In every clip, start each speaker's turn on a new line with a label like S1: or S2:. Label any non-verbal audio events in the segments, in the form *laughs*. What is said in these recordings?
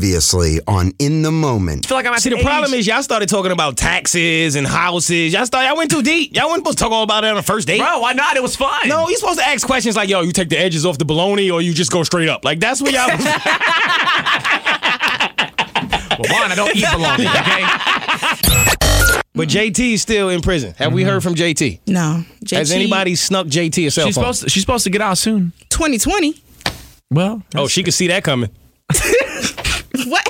S1: previously on In the Moment.
S2: I feel like I'm at
S3: See, the
S2: age-
S3: problem is y'all started talking about taxes and houses. Y'all started, y'all went too deep. Y'all wasn't supposed to talk about it on the first date.
S2: bro, why not? It was fun.
S3: No, you're supposed to ask questions like, yo, you take the edges off the bologna or you just go straight up. Like, that's what y'all. *laughs*
S2: well, Juan, I don't *laughs* eat bologna. Okay,
S3: but JT is still in prison. Have we heard from JT?
S4: No. JT,
S3: Has anybody snuck JT a cell
S2: she's
S3: phone?
S2: supposed to, she's supposed to get out soon.
S4: 2020?
S2: Well,
S3: oh, she could see that coming.
S4: *laughs* What?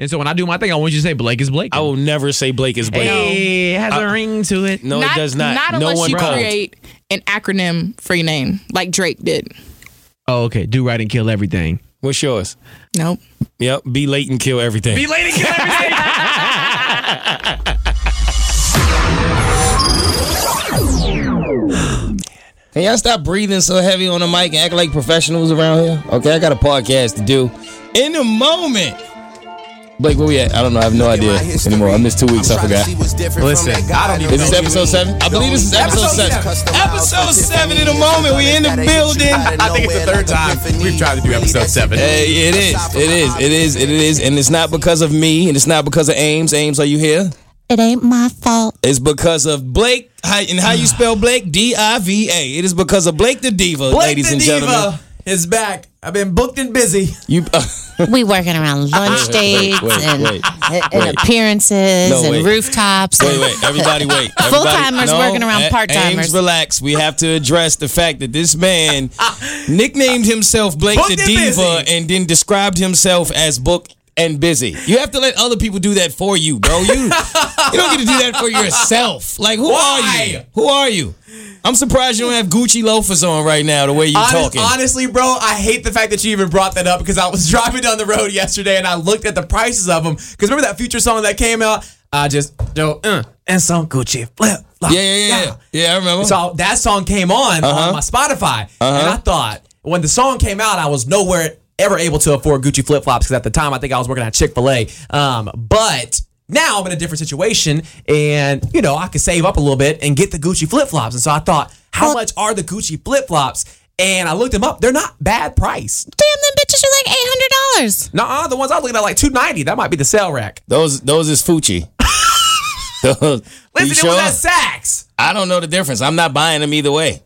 S2: and so when I do my thing, I want you to say Blake is Blake.
S3: I will never say Blake is Blake.
S2: Hey, it has a ring to it.
S3: No, it does not.
S4: Not
S3: no
S4: unless
S3: one
S4: you
S3: called.
S4: create an acronym for your name, like Drake did.
S2: Oh, okay. Do right and kill everything.
S3: What's yours?
S4: Nope.
S3: Yep. Be late and kill everything.
S2: Be late and kill everything.
S5: Can y'all stop breathing so heavy on the mic and act like professionals around here? Okay, I got a podcast to do in a moment. Blake, where we at? I don't know. I have no idea anymore. I missed two weeks. I forgot.
S2: Listen, I don't even
S5: Is this episode seven? I believe this is episode seven. Episode seven in a moment. We in the building.
S6: I think it's the third time we've tried to do episode seven.
S5: Hey, it is. It is. It is. It is. And it's not because of me. And it's not because of Ames. Ames, are you here?
S7: It ain't my fault.
S5: It's because of Blake. How, and how you spell Blake? D I V A. It is because of Blake the Diva, ladies and gentlemen.
S6: is back. I've been booked and busy.
S5: You.
S7: *laughs*
S5: *laughs*
S7: We working around lunch dates
S5: wait,
S7: and,
S5: wait,
S7: and
S5: wait.
S7: appearances
S5: No,
S7: and
S5: wait.
S7: rooftops.
S5: Wait,
S7: and-
S5: wait,
S6: *laughs*
S5: everybody, wait.
S7: Full-timers
S5: Everybody-
S7: working around
S5: A-
S7: part-timers.
S5: Ames, relax. We have to address the fact that this
S6: *laughs*
S5: man nicknamed himself Blake
S6: Booked
S5: the
S6: and
S5: Diva
S6: busy.
S5: and then described himself as book and busy. You have to let other people do that for you, bro. You you don't get to do that for yourself. Like who are you?
S6: Why?
S5: Who are you? I'm surprised you don't have Gucci loafers on right now the way you're
S6: Honest,
S5: talking.
S6: honestly, bro, I hate the fact that you even brought that up because I was *laughs* driving down the road yesterday and I looked at the prices of them. Because remember that future song that came out? I just do uh, and some Gucci flip. flop,
S5: Yeah, yeah, yeah, yeah. Yeah, I remember.
S6: So that song came on
S5: Uh-huh.
S6: on my Spotify, and I thought when the song came out, I was nowhere ever able to afford Gucci flip flops because at the time I think I was working at Chick Fil A. Um, but now I'm in a different situation, and you know I could save up a little bit and get the Gucci flip flops. And so I thought, how much are the Gucci flip flops? And I looked them up; they're not bad priced.
S7: Damn, them bitches are like eight hundred dollars.
S6: Nah, the ones I was looking at like two ninety. That might be the sale rack.
S5: those those is
S6: *laughs*
S5: Fucci. *laughs* those, you
S6: Listen, it
S5: sure?
S6: was at Saks.
S5: I don't know the difference. I'm not buying them either way.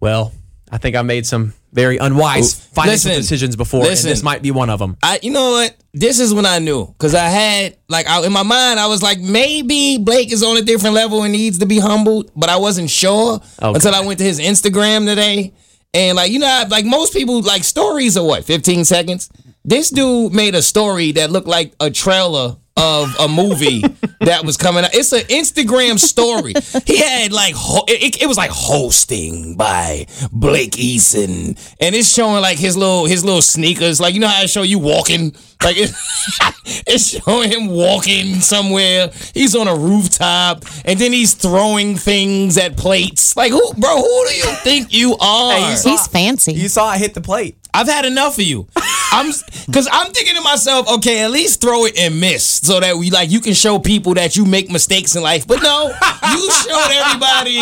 S6: Well, I think I made some very unwise
S5: Ooh.
S6: financial
S5: Listen,
S6: decisions before,
S5: listen.
S6: and this might be one of them.
S5: I, you know what? This is when I knew because I had like I, in my mind I was like maybe Blake is on a different level and needs to be humbled, but I wasn't sure
S6: Oh,
S5: until
S6: God.
S5: I went to his Instagram today, and like you know how, like most people like stories are what fifteen seconds. This dude made a story that looked like a trailer of a movie that was coming out. It's an Instagram story. He had like ho- it, it- it was like hosting by Blake Eason, and it's showing like his little his little sneakers. Like you know how I show you walking, like it, *laughs* it's showing him walking somewhere. He's on a rooftop, and then he's throwing things at plates. Like who, bro? Who do you think you are?
S6: Hey, you saw-
S7: He's fancy.
S6: You saw it hit the plate.
S5: I've had enough of you. I'm because I'm thinking to myself, okay, at least throw it and miss, so that we like you can show people that you make mistakes in life. But no, you showed everybody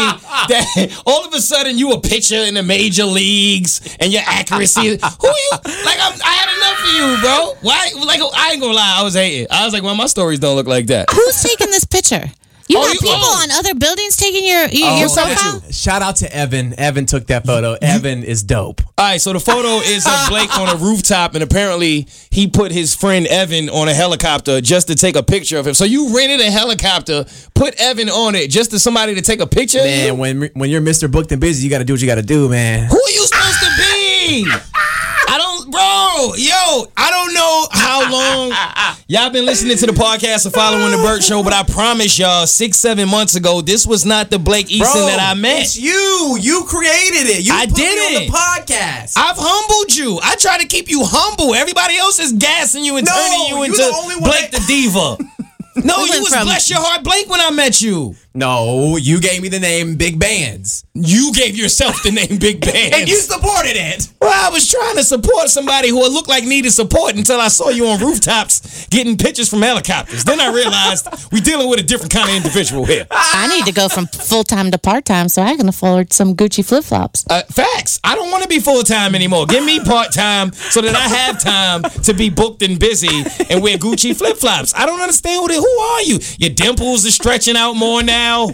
S5: that all of a sudden you a pitcher in the major leagues and your accuracy. Who you like? I'm, I had enough of you, bro. Why? Like I ain't gonna lie, I was hating. I was like, well, my stories don't look like that.
S7: Who's taking this picture? You
S5: Oh,
S7: got
S5: you-
S7: people
S5: oh.
S7: on other buildings taking your your, your
S5: what's up with
S7: profile.
S5: you?
S6: Shout out to Evan. Evan took that photo. Evan is dope.
S5: All right, so the photo is of Blake on a rooftop, and apparently he put his friend Evan on a helicopter just to take a picture of him. So you rented a helicopter, put Evan on it just to somebody to take a picture. of you?
S6: Man, when when you're Mr. Booked and Busy, you got to do what you got to do, man.
S5: Who are you supposed to be? I don't, bro, yo, I don't know how long y'all been listening to the podcast and following the Burt Show, but I promise y'all, six, seven months ago, this was not the Blake Easton that I met.
S6: It's you. You created it. You
S5: I
S6: put
S5: did
S6: me on
S5: it.
S6: the podcast.
S5: I've humbled you. I try to keep you humble. Everybody else is gassing you and
S6: No,
S5: turning you
S6: you
S5: into
S6: the only one *laughs*
S5: Blake
S6: that-
S5: the diva. no, you
S7: went
S5: was
S7: from-
S5: bless your heart Blake when I met you.
S6: No, you gave me the name Big Bands.
S5: You gave yourself the name Big
S6: *laughs*
S5: Bands.
S6: And you supported it.
S5: well, I was trying to support somebody who looked like needed support until I saw you on rooftops getting pictures from helicopters. Then I realized we dealing with a different kind of individual here.
S7: I need to go from full time to part time so I can afford some Gucci flip flops.
S5: Uh, facts. I don't want to be full time anymore. Give me part time so that I have time to be booked and busy and wear Gucci flip flops. I don't understand what it. Who are you? Your dimples are stretching out more now.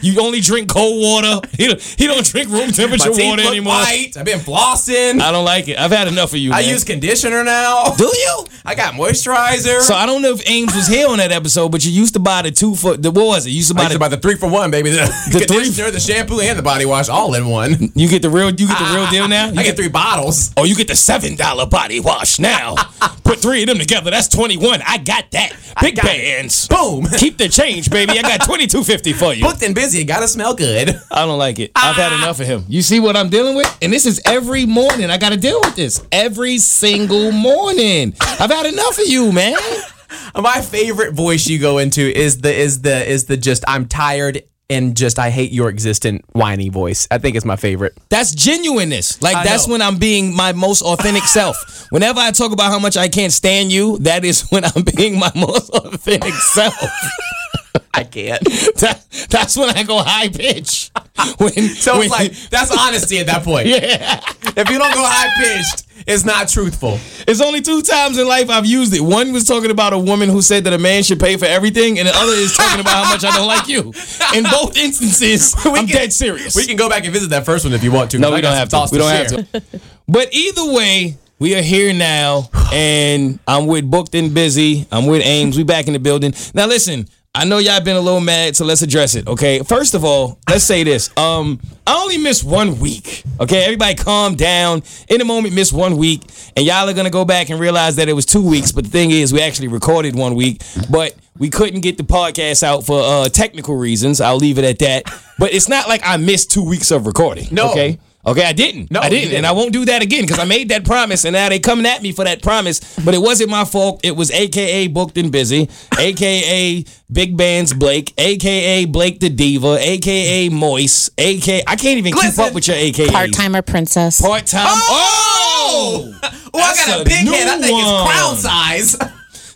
S5: You only drink cold water. He don't, he don't drink room
S6: My
S5: temperature
S6: teeth
S5: water
S6: look
S5: anymore.
S6: white. I've been flossing.
S5: I don't like it. I've had enough of you.
S6: I
S5: man.
S6: use conditioner now.
S5: Do you?
S6: I got moisturizer.
S5: So I don't know if Ames was here on that episode, but you used to buy the two for the what was it? You used to buy
S6: I
S5: the,
S6: used about the three for one, baby. The,
S5: The three-
S6: conditioner, the shampoo, and the body wash all in one.
S5: *laughs* you get the real you get the real deal now. You
S6: Ah. I get three bottles.
S5: Oh, you get the seven dollar body
S6: *laughs*
S5: wash now. Put three of them together. That's twenty one. I got that. Big
S6: got it.
S5: bands.
S6: Boom.
S5: *laughs*
S6: *laughs*
S5: Keep the change, baby. I got twenty two fifty for you.
S6: Booked and busy. Gotta smell good. *laughs*
S5: I don't like it. I've
S6: Ah.
S5: had enough of him. You see what I'm dealing with? And this is every morning. I got to deal with this every single morning. I've had enough of you, man.
S6: My favorite voice you go into is the is the is the just I'm tired and just I hate your existent whiny voice. I think it's my favorite.
S5: That's genuineness. Like
S6: I
S5: that's
S6: know.
S5: when I'm being my
S6: *laughs*
S5: most authentic self. Whenever I talk about how much I can't stand you, that is when I'm being my most *laughs* authentic self.
S6: I can't.
S5: *laughs* That, that's when I go high pitch.
S6: *laughs*
S5: When
S6: So
S5: when-
S6: it's like that's honesty at that
S5: *laughs*
S6: point. Yeah. If you don't go high pitched, it's not truthful.
S5: it's only two times in life I've used it. One was talking about a woman who said that a man should pay for everything, and the other is talking about how much I don't like you. In
S6: *laughs*
S5: both instances, I'm dead serious.
S6: We can go back and visit that first one if you want to.
S5: no,
S6: 'cause
S5: we
S6: I got
S5: don't
S6: some
S5: have to.
S6: thoughts
S5: We don't have
S6: share.
S5: to. But either way, we are here now, and I'm with booked and busy. I'm with Ames. We back in the building. Now listen, I know y'all been a little mad, so let's address it. Okay. First of all, let's say this. Um, I only missed one week. Okay, everybody, calm down. In the moment, miss one week, and y'all are gonna go back and realize that it was two weeks. But the thing is, we actually recorded one week, but we couldn't get the podcast out for uh, technical reasons. I'll leave it at that. But it's not like I missed two weeks of recording.
S6: No.
S5: Okay. Okay, I didn't.
S6: No,
S5: I
S6: you
S5: didn't,
S6: didn't.
S5: and I won't do that again because I made that promise, and now they coming at me for that promise. But it wasn't my fault. It was AKA booked and busy, AKA Big Bands Blake, AKA Blake the Diva, AKA Moist, AKA I can't even keep
S6: Listen.
S5: up with your AKA
S7: Part timer princess.
S5: Part time. Oh!
S6: Oh, I
S5: That's
S6: got
S5: a
S6: a big
S5: new
S6: head. I think
S5: one.
S6: it's crown size.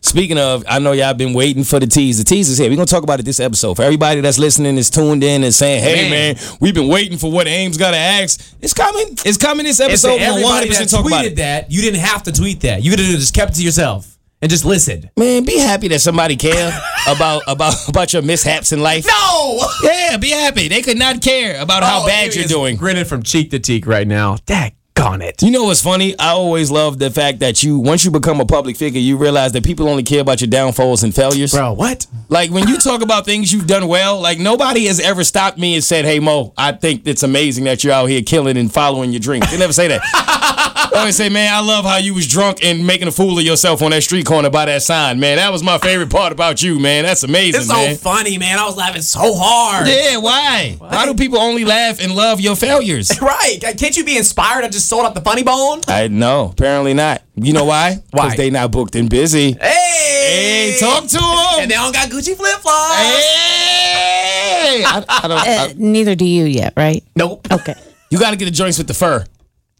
S5: Speaking of, I know y'all been waiting for the tease. The tease is here. We're gonna talk about it this episode. For everybody that's listening, is tuned in and saying, "Hey, man,
S6: Man.
S5: we've been waiting for what Ames gotta ask." It's coming. It's coming this
S6: So
S5: episode. We're gonna
S6: everybody
S5: 100%
S6: that
S5: talk
S6: tweeted
S5: about it.
S6: that, you didn't have to tweet that. You could have just kept it to yourself and just listened.
S5: Man, be happy that somebody care
S6: *laughs*
S5: about about about your mishaps in life.
S6: No! Oh,
S5: Yeah, be happy. They could not care about how bad you're doing.
S6: Grinning from cheek to cheek right now. Daggone it.
S5: You know what's funny? I always love the fact that you once you become a public figure, you realize that people only care about your downfalls and failures.
S6: Bro, what?
S5: Like when you talk about things you've done well, like nobody has ever stopped me and said, "Hey Mo, I think it's amazing that you're out here killing and following your dreams." They never say that. *laughs* I always say, man, I love how you was drunk and making a fool of yourself on that street corner by that sign, man. That was my favorite part about you, man. That's amazing,
S6: It's
S5: man.
S6: so funny, man. I was laughing so hard.
S5: Yeah, why? Why do people only laugh and love your failures?
S6: Right. Can't you be inspired? I just sold out the funny bone.
S5: I know. Apparently not. You know why?
S6: Why?
S5: Because they not booked and busy.
S6: Hey!
S5: Hey, talk to
S6: And
S5: them.
S6: they all got Gucci flip flops.
S5: Hey, I, I don't. I-
S7: Uh, neither do you yet, right?
S6: Nope.
S7: Okay.
S5: you got to get the joints with the fur.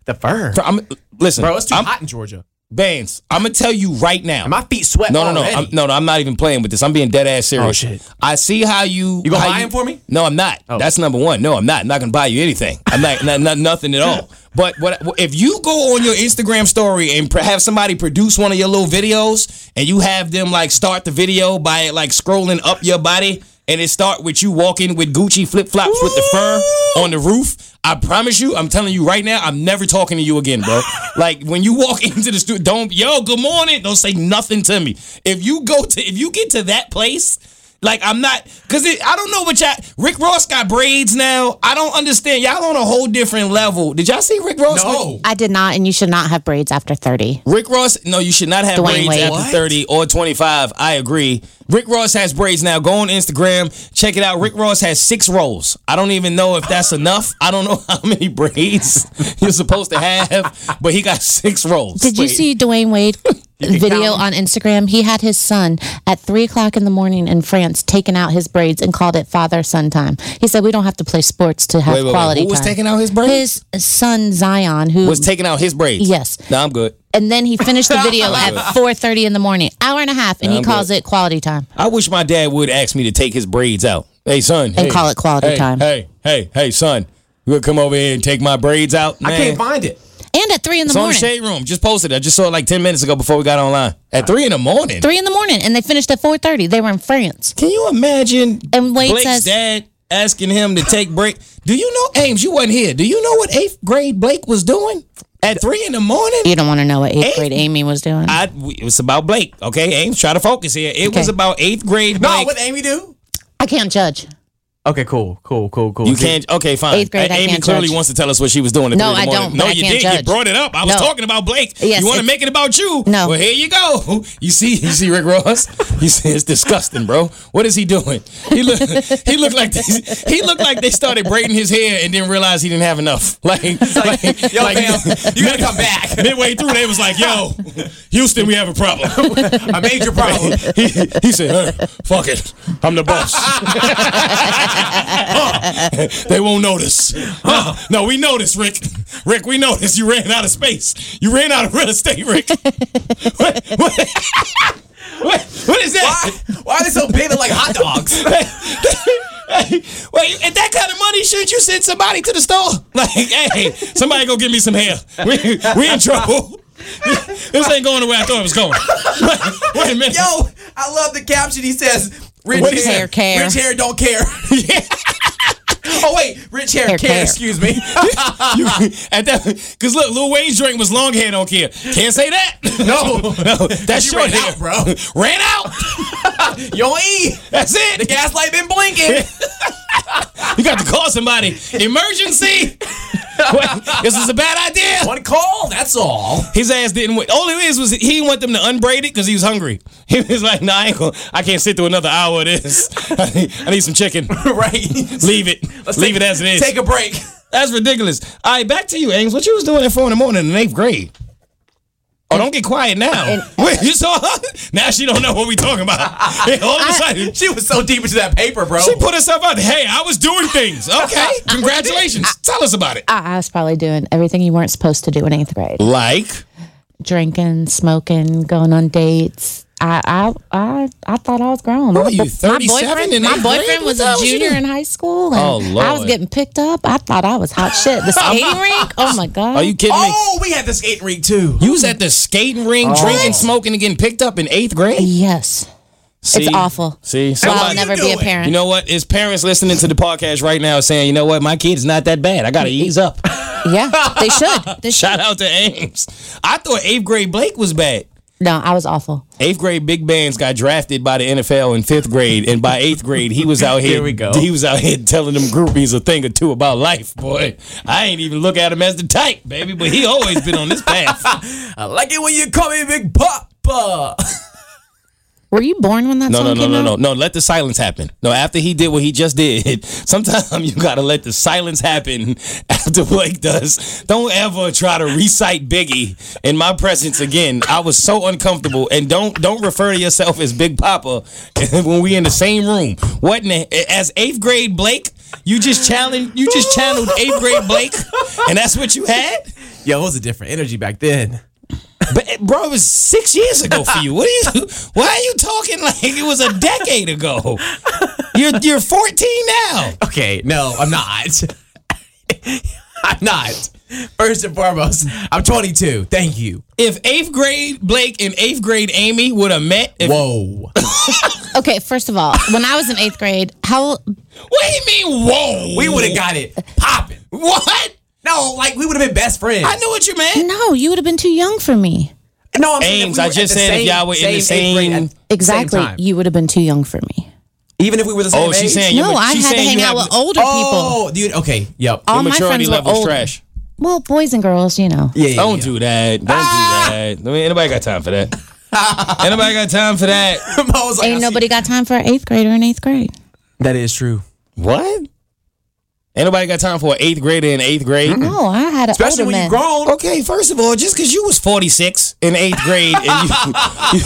S6: The fur.
S5: I'm, listen,
S6: Bro, it's too
S5: I'm,
S6: hot in Georgia.
S5: Baines, I'm gonna tell you right now.
S6: And my feet sweat.
S5: no, no, no,
S6: already.
S5: I'm, no, no. I'm not even playing with this. I'm being dead ass serious.
S6: Oh, shit.
S5: I see how you.
S6: You gonna
S5: how
S6: buy him for me? Oh.
S5: No, I'm not. That's number one. No, I'm not. I'm not gonna buy you anything. I'm not, not, not nothing at all. But what if you go on your Instagram story and pr- have somebody produce one of your little videos, and you have them like start the video by like scrolling up your body, and it start with you walking with Gucci flip flops with the fur on the roof. I promise you, I'm telling you right now, I'm never talking to you
S6: *laughs*
S5: again, bro. like when you walk *laughs* into the studio, don't yo, good morning. Don't say nothing to me. If you go to, if you get to that place. Like I'm not, cause it, I don't know what y'all. Rick Ross got braids now. I don't understand. Y'all on a whole different level. Did y'all see Rick Ross?
S6: No.
S7: I did not, and you should not have braids after 30.
S5: Rick Ross. No, you should not have
S7: Dwayne
S5: braids
S7: Wade.
S5: after
S7: What?
S5: 30 or 25. I agree. Rick Ross has braids now. Go on Instagram, check it out. Rick Ross has six rolls. I don't even know if that's enough. I don't know *laughs* how many *laughs* braids you're supposed to have, but he got six rolls. *laughs*
S7: Did you see Dwayne Wade video on Instagram. He had his son at three o'clock in the morning in France taking out his braids and called it father son time. He said we don't have to play sports to have
S5: Wait, wait, wait.
S7: quality
S5: Who was
S7: time."
S5: taking out his braids?
S7: His son Zion, who
S5: Was taking out his braids.
S7: Yes.
S5: Nah, I'm good.
S7: and then he finished the
S5: *laughs*
S7: video at four thirty in the morning, hour and a half, and
S5: I'm
S7: he calls
S5: good.
S7: it quality time.
S5: I wish my dad would ask me to take his braids out. Hey, son. And
S7: call it quality time.
S5: Hey, hey, hey, son. You gonna come over here and take my braids out? Man.
S6: I can't find it.
S7: And at three in the
S5: It's on the
S7: morning.
S5: shade room. Just posted. it. I just saw it like ten minutes ago before we got online. At three in the morning.
S7: Three in the morning, and they finished at four thirty. They were in France.
S5: Can you imagine
S7: And Wade
S5: Blake's
S7: says-
S5: dad asking him to take break? Do you know Ames? You wasn't here. Do you know what eighth grade Blake was doing at three in the morning?
S7: You don't want to know what eighth
S5: Eighth-
S7: grade Amy was doing.
S5: I, we- it was about Blake. Okay, Ames, try to focus here. It was
S7: Okay.
S5: about eighth grade
S6: No,
S5: Blake.
S6: Oh, what Amy do?
S7: I can't judge.
S6: Okay, cool, cool, cool, cool.
S5: you can't. Okay, fine.
S7: Eighth grade,
S5: A-
S7: I
S5: Amy
S7: can't
S5: clearly
S7: judge.
S5: wants to tell us what she was doing. At
S7: No,
S5: three in the
S7: I
S5: morning.
S7: don't,
S5: No,
S7: but I
S5: you
S7: can't
S5: did. You
S7: judge.
S5: brought it up. I was
S7: No.
S5: talking about Blake.
S7: Yes,
S5: you want to
S7: it-
S5: make it about you?
S7: No.
S5: Well, here you go. You see, you see Rick Ross. You see, it's disgusting, bro. What is he doing? He look. he looked like they, he looked like they started braiding his hair and didn't realize he didn't have enough.
S7: *laughs*
S5: Like, like,
S6: Yo, fam, you gotta come back.
S5: *laughs* Midway through, they was like, "Yo, Houston, we have a
S7: *laughs*
S5: problem."
S6: A major problem.
S5: *laughs* he, he said, "Hey, "Fuck it, I'm the boss."
S7: *laughs*
S5: Huh, they won't notice. Huh, No, we noticed, Rick. Rick, we noticed you ran out of space. You ran out of real estate, Rick. what, what- what- what is
S6: Why,
S5: that?
S6: why are they so big? They're like hot
S5: *laughs*
S6: dogs.
S5: Hey, Wait, at that kind of money, shouldn't you send somebody to the store? Like, hey, somebody go get me some hair. We, we in trouble. *laughs* This ain't going the way I thought it was going. *laughs* Wait a minute.
S6: Yo, I love the caption. He says, "Rich
S5: What he
S6: hair,
S7: said? Care.
S6: rich hair don't
S5: *laughs*
S6: care." *laughs* oh wait, rich hair,
S7: Hair
S6: care,
S7: care.
S6: Excuse me.
S5: *laughs* You- at that, because look, Lil Wayne's drink was long hair. Don't care. Can't say that. *laughs* No, no, that's
S6: You
S5: short
S6: ran
S5: hair,
S6: out,
S5: bro. *laughs* Ran out.
S6: Yo, E,
S5: That's
S6: the *laughs*
S5: it.
S6: gaslight been *laughs* blinking.
S5: You got to call somebody.
S6: *laughs*
S5: Emergency. Wait, this is a bad idea.
S6: One call, that's all.
S5: His ass didn't. Wait. All it is was he didn't want them to unbraid it because he was hungry. *laughs* He was like, "Nah, I, ain't gonna, I can't sit through another hour of this. *laughs* I need, I need
S6: *laughs*
S5: some chicken.
S6: *laughs* right.
S5: Leave it.
S6: Let's
S5: Leave
S6: take-
S5: it as it is.
S6: Take a break. *laughs*
S5: That's ridiculous. All right, back to you, Ames. What you was doing at four in the morning in eighth grade? Oh, don't get quiet now. *laughs* Wait, you saw her? Now she don't know what we talking about. *laughs* Yeah, all of a sudden,
S6: She was so deep into that paper, bro.
S5: she put herself out. there. Hey, I was doing things. Okay, congratulations. Tell us about it.
S7: I, I was probably doing everything you weren't supposed to do in eighth grade:
S5: Like,
S7: drinking, smoking, going on dates. I I I, I thought I was grown.
S5: were you,
S7: bo-
S5: 37 in
S7: my
S5: eighth grade?
S7: boyfriend
S5: What
S7: was
S5: the
S7: a
S5: hell was you
S7: junior
S5: doing?
S7: in high school, and
S5: Oh,
S7: I was
S5: Lord.
S7: getting picked up. I thought I was hot shit. The skating rink. Oh my god.
S5: are you kidding me?
S6: oh, we had the skate rink too.
S5: You was at the skating ring, drinking, smoking, and getting picked up in eighth grade.
S7: Yes.
S5: See?
S7: it's awful.
S5: See,
S7: So
S5: somebody-
S7: I'll never be a
S6: doing?
S7: parent.
S5: You know what? His parents listening to the podcast right now saying, you know what? My kid's not that bad. I got to ease up. *laughs*
S7: yeah, they should. They should.
S5: Shout out to Ames. I thought eighth grade Blake was bad.
S7: No, I was awful.
S5: Eighth grade big bands got drafted by the NFL in fifth grade, and by eighth grade he
S6: *laughs*
S5: was out here.
S6: we go.
S5: He was out here telling them groupies a thing or two about life. Boy, I ain't even look at him as the type, baby. But he always been on this path.
S6: I like it when you call me Big Papa. *laughs*
S7: Were you born when that
S5: No,
S7: song
S5: no, no,
S7: came
S5: no,
S7: out?
S5: no, no. Let the silence happen. No, after he did what he just did, *laughs* sometimes you gotta let the silence happen *laughs* after Blake does. Don't ever try to recite Biggie in my presence again. I was so uncomfortable. And don't don't refer to yourself as Big Papa *laughs* when we in the same room. What in the, as eighth grade Blake? You just challenged you just channeled eighth grade Blake, and that's what you had?
S6: Yo, it was a different energy back then.
S5: But eh, bro, it was six years ago for you. What are you? *laughs* Why are you talking like it was a decade ago? You're you're 14 now.
S6: Okay, no, I'm not. *laughs* I'm not. First and foremost, I'm 22. Thank you.
S5: If eighth grade Blake and eighth grade Amy would have met, if,
S6: Whoa.
S7: Okay, first of all, when I was in eighth grade, how
S5: what do you mean? Whoa,
S6: We *laughs* would have got it popping.
S5: what?
S6: No, like we would have been best friends.
S5: I knew what you meant.
S7: no, you would have been too young for me.
S6: No, I'm saying if
S5: Ames,
S6: we
S5: I
S6: were
S5: just
S6: at the
S5: said if
S6: same-
S5: y'all were in the
S6: eighth grade
S5: same-
S6: at the
S7: Exactly.
S6: time.
S7: You would have been too young for me.
S6: even if we were the same
S5: Oh, she's
S6: age?
S5: saying you.
S7: No, I
S5: she's
S7: had to
S5: saying
S7: hang
S5: you
S7: out
S5: have-
S7: with older people.
S6: Oh, dude. Okay. Yep.
S7: All
S5: Your
S7: my
S5: maturity
S7: friends were
S5: level's
S7: older.
S5: trash.
S7: Well, boys and girls, you know.
S6: yeah, yeah,
S5: Don't
S6: yeah.
S5: do that. Don't do that. I mean, anybody got time for that? anybody got time for *laughs* that?
S6: *laughs* I was like, I
S7: Ain't
S6: see-
S7: nobody got time for an eighth grader in eighth grade.
S6: That is true.
S5: What? Ain't nobody got time for an eighth grader in eighth grade.
S7: No, I had an
S6: Especially
S7: older
S6: when
S7: man.
S6: you're grown.
S5: Okay, first of all, just because you was 46 in eighth grade and you,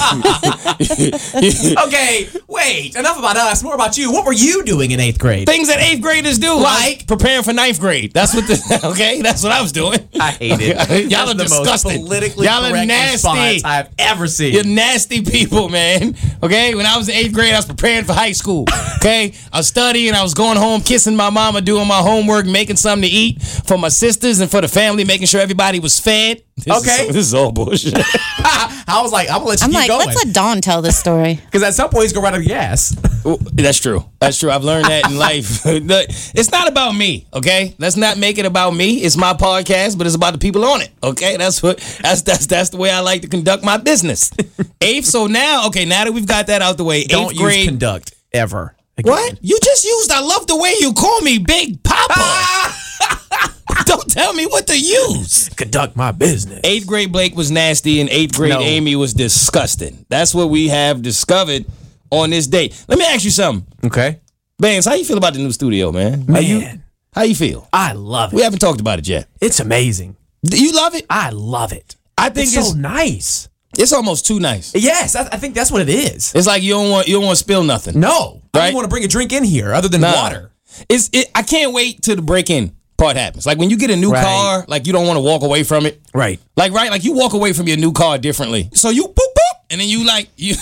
S6: Okay, wait. Enough about us. More about you. What were you doing in eighth grade?
S5: *laughs* things that eighth graders do,
S6: Like?
S5: preparing for ninth grade. That's what the *laughs* okay. That's what I was doing.
S6: I hate it.
S5: *laughs* Y'all
S6: That's
S5: are
S6: the
S5: disgusting.
S6: most politically
S5: Y'all are
S6: correct
S5: nasty.
S6: response I've ever seen.
S5: You're nasty people, man. Okay, when I was in eighth grade, I was preparing for high school. Okay, I was studying, I was going home, kissing my mama, doing my homework, making something to eat for my sisters and for the family, making sure everybody was fed. This is-
S6: Okay.
S5: this is all bullshit.
S6: I was like, I'm gonna let you
S7: I'm
S6: keep
S7: like,
S6: going.
S7: let's let Dawn tell this story.
S6: Because at some point he's gonna run out of gas.
S5: Well, That's true. That's true. I've learned that in life. *laughs* Look, it's not about me, okay? Let's not make it about me. It's my podcast, but it's about the people on it, okay? That's what that's that's that's the way I like to conduct
S6: *laughs*
S5: my business. Eighth. So now, okay, now that we've got that out the way,
S6: Don't
S5: eighth
S6: use
S5: grade.
S6: conduct ever. again.
S5: what you just used? I love the way you call me Big
S6: *laughs*
S5: Papa. Don't tell me what to use.
S6: Conduct my business.
S5: Eighth grade Blake was nasty, and eighth grade
S6: No.
S5: Amy was disgusting. That's what we have discovered on this date. Let me ask you something.
S6: Okay.
S5: Banks, how you feel about the new studio, man? How you
S6: Man,
S5: how you feel?
S6: I love
S5: We
S6: it.
S5: haven't talked about it yet.
S6: It's amazing.
S5: Do you love it?
S6: I love it.
S5: I think
S6: it's,
S5: it's
S6: so nice.
S5: it's almost too nice.
S6: Yes, I, I think that's what it is.
S5: It's like you don't want you don't want to spill nothing.
S6: No, I
S5: Right?
S6: don't want to bring a drink in here other than
S5: Nah.
S6: water.
S5: It's it, I can't wait till the break in part happens. Like when you get a new
S6: Right.
S5: car, like you don't want to walk away from it.
S6: Right.
S5: Like right, like you walk away from your new car differently. So you boop boop, and then you like *laughs* you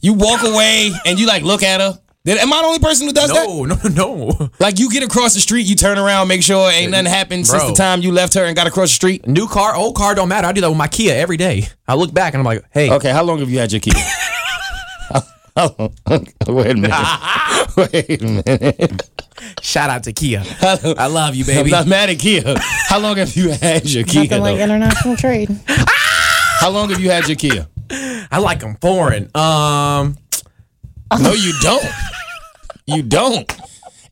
S5: you walk away and you like look at her. Then, am I the only person who does
S6: *laughs*
S5: that?
S6: No, no, no.
S5: Like you get across the street, you turn around, make sure ain't nothing happened since
S6: Bro.
S5: the time you left her and got across the street.
S6: New car, old car, don't matter. I do that with my Kia every day. I look back and I'm like, hey,
S5: Okay, how long have you had your *laughs* key? Wait a minute. Wait a minute.
S6: shout out to
S5: *laughs*
S6: Kia. I love you,
S5: I'm
S6: baby.
S5: not mad at Kia. How long have you had your Kia?
S7: Nothing like
S5: though?
S7: international trade.
S5: How long have you had your Kia?
S6: I like them foreign. Um,
S5: No, you don't. You don't.